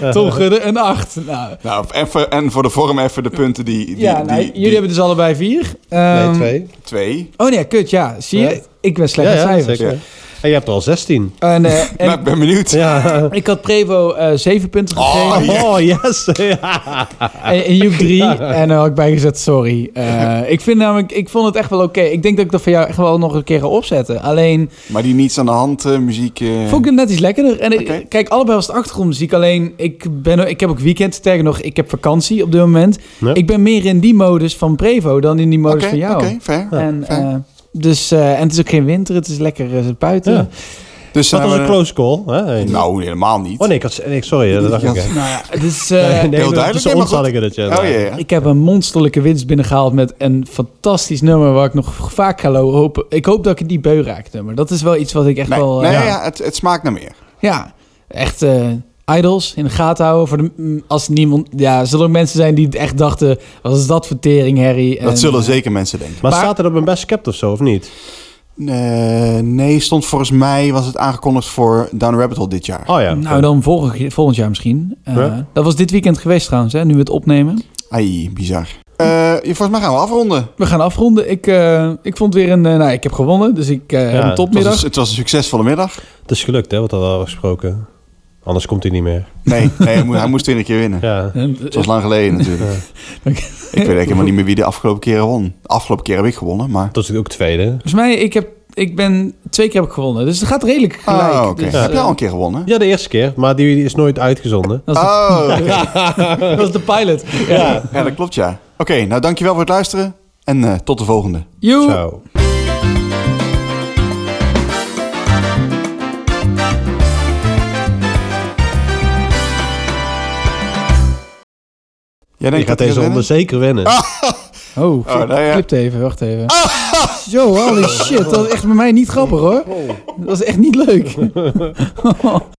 [SPEAKER 2] en Tom Gudde een 8. Nou,
[SPEAKER 3] Nou, even, en voor de vorm even de punten die... die
[SPEAKER 2] ja, nou,
[SPEAKER 3] die-
[SPEAKER 2] jullie
[SPEAKER 3] die-
[SPEAKER 2] hebben dus allebei 4.
[SPEAKER 4] Nee, twee.
[SPEAKER 3] Twee.
[SPEAKER 2] Oh nee, kut, ja. Zie je?
[SPEAKER 4] Ja.
[SPEAKER 2] Ik ben slecht
[SPEAKER 4] Ja,
[SPEAKER 2] met
[SPEAKER 4] ja,
[SPEAKER 2] cijfers.
[SPEAKER 4] zeker. En je hebt er al 16.
[SPEAKER 2] En, eh, en
[SPEAKER 3] nou, ik ben benieuwd.
[SPEAKER 4] Ja.
[SPEAKER 2] ik had Prevo eh 7 punten gegeven.
[SPEAKER 3] Oh, yes.
[SPEAKER 4] Oh, yes. ja.
[SPEAKER 2] En, en Joep 3. En daar had ik bijgezet, sorry. Eh, ik vind namelijk, ik vond het echt wel oké. Ik denk dat ik dat voor jou echt wel nog een keer ga opzetten. Alleen,
[SPEAKER 3] Maar die niets aan de hand eh, muziek... eh,
[SPEAKER 2] Vond ik het net iets lekkerder. En ik-
[SPEAKER 3] Oké.
[SPEAKER 2] kijk, allebei was het achtergrondmuziek. Alleen, ik, ben, ik heb ook weekend. Sterker nog, ik heb vakantie op dit moment.
[SPEAKER 4] Ja.
[SPEAKER 2] Ik ben meer in die modus van Prevo dan in die modus
[SPEAKER 3] Oké,
[SPEAKER 2] van jou.
[SPEAKER 3] Oké, fair.
[SPEAKER 2] En,
[SPEAKER 3] fair.
[SPEAKER 2] eh, dus, eh, en het is ook geen winter. Het is lekker eh, buiten.
[SPEAKER 4] Ja.
[SPEAKER 3] dus
[SPEAKER 4] Dat
[SPEAKER 3] zijn
[SPEAKER 4] was
[SPEAKER 3] we
[SPEAKER 4] een
[SPEAKER 3] er-
[SPEAKER 4] close call. Hè?
[SPEAKER 3] Nou, helemaal niet.
[SPEAKER 4] Oh nee, ik had, nee, sorry, dat dacht ik. hè.
[SPEAKER 2] Nou ja, dus, eh,
[SPEAKER 4] nee,
[SPEAKER 3] heel
[SPEAKER 4] dat-
[SPEAKER 3] duidelijk,
[SPEAKER 4] tussen
[SPEAKER 3] nee, maar
[SPEAKER 4] ons
[SPEAKER 3] goed.
[SPEAKER 4] had ik het. Ja,
[SPEAKER 3] Oh, ja, ja.
[SPEAKER 2] Ik heb een monsterlijke winst binnengehaald met een fantastisch nummer waar ik nog vaak ga lo- hopen. Ik hoop dat ik het niet beu raak, het nummer. Dat is wel iets wat ik echt
[SPEAKER 3] Nee,
[SPEAKER 2] wel... eh,
[SPEAKER 3] nee,
[SPEAKER 2] ja.
[SPEAKER 3] ja. het, het smaakt naar meer.
[SPEAKER 2] Ja, echt eh, idols in de gaten houden. Voor de, mm, als niemand, ja, zullen er mensen zijn die het echt dachten: wat is dat voor tering, Harry? eh,
[SPEAKER 3] Dat zullen zeker mensen denken.
[SPEAKER 4] eh, Maar,
[SPEAKER 2] Maar-
[SPEAKER 4] staat er op een best kept of zo, of niet?
[SPEAKER 3] Nee, Eh, nee, stond volgens mij, was het aangekondigd voor Down Rabbit Hole dit jaar.
[SPEAKER 4] Oh ja.
[SPEAKER 2] Nou, dan volgend, volgend jaar misschien. Eh,
[SPEAKER 4] Ja.
[SPEAKER 2] Dat was dit weekend geweest trouwens, hè, nu we het opnemen.
[SPEAKER 3] Ai, bizar. Eh, volgens mij gaan we afronden. Het
[SPEAKER 2] We gaan afronden. Ik, eh, ik vond weer een. eh, nou, ik heb gewonnen, dus ik eh, heb
[SPEAKER 4] het
[SPEAKER 2] een
[SPEAKER 3] was dus- een,
[SPEAKER 2] topmiddag.
[SPEAKER 3] het was een succesvolle middag.
[SPEAKER 4] Het is gelukt, hè, wat we hadden afgesproken. Anders komt hij niet meer.
[SPEAKER 3] Nee, nee hij, moest, hij moest weer een keer winnen.
[SPEAKER 4] Ja.
[SPEAKER 2] Eh,
[SPEAKER 3] Het was lang geleden natuurlijk.
[SPEAKER 2] Oké.
[SPEAKER 3] Ik weet eigenlijk helemaal niet meer wie de afgelopen keren won. De afgelopen keer heb ik gewonnen, maar...
[SPEAKER 4] Dat is ook tweede.
[SPEAKER 2] Volgens mij, ik, heb, ik ben twee keer heb ik gewonnen, dus het gaat redelijk gelijk.
[SPEAKER 3] Ah, oké.
[SPEAKER 2] Dus,
[SPEAKER 3] Heb
[SPEAKER 2] eh,
[SPEAKER 3] je al een keer gewonnen?
[SPEAKER 4] Ja, de eerste keer, maar die, die is nooit uitgezonden.
[SPEAKER 2] dat, was de,
[SPEAKER 3] Oh, oké.
[SPEAKER 2] dat was de pilot. Ja.
[SPEAKER 3] ja, dat klopt ja. Oké, nou dankjewel voor het luisteren en eh, tot de volgende.
[SPEAKER 2] Joe.
[SPEAKER 4] Zo.
[SPEAKER 3] Jij
[SPEAKER 4] Je
[SPEAKER 3] denkt
[SPEAKER 4] gaat
[SPEAKER 3] dat ik
[SPEAKER 4] deze
[SPEAKER 3] ga
[SPEAKER 4] ronde
[SPEAKER 3] winnen?
[SPEAKER 4] zeker winnen.
[SPEAKER 2] Oh,
[SPEAKER 3] Oh, nou ja. Ah!
[SPEAKER 2] klipt even, wacht even.
[SPEAKER 3] Oh.
[SPEAKER 2] Zo, holy shit, dat is echt bij mij niet grappig hoor. Dat was echt niet leuk.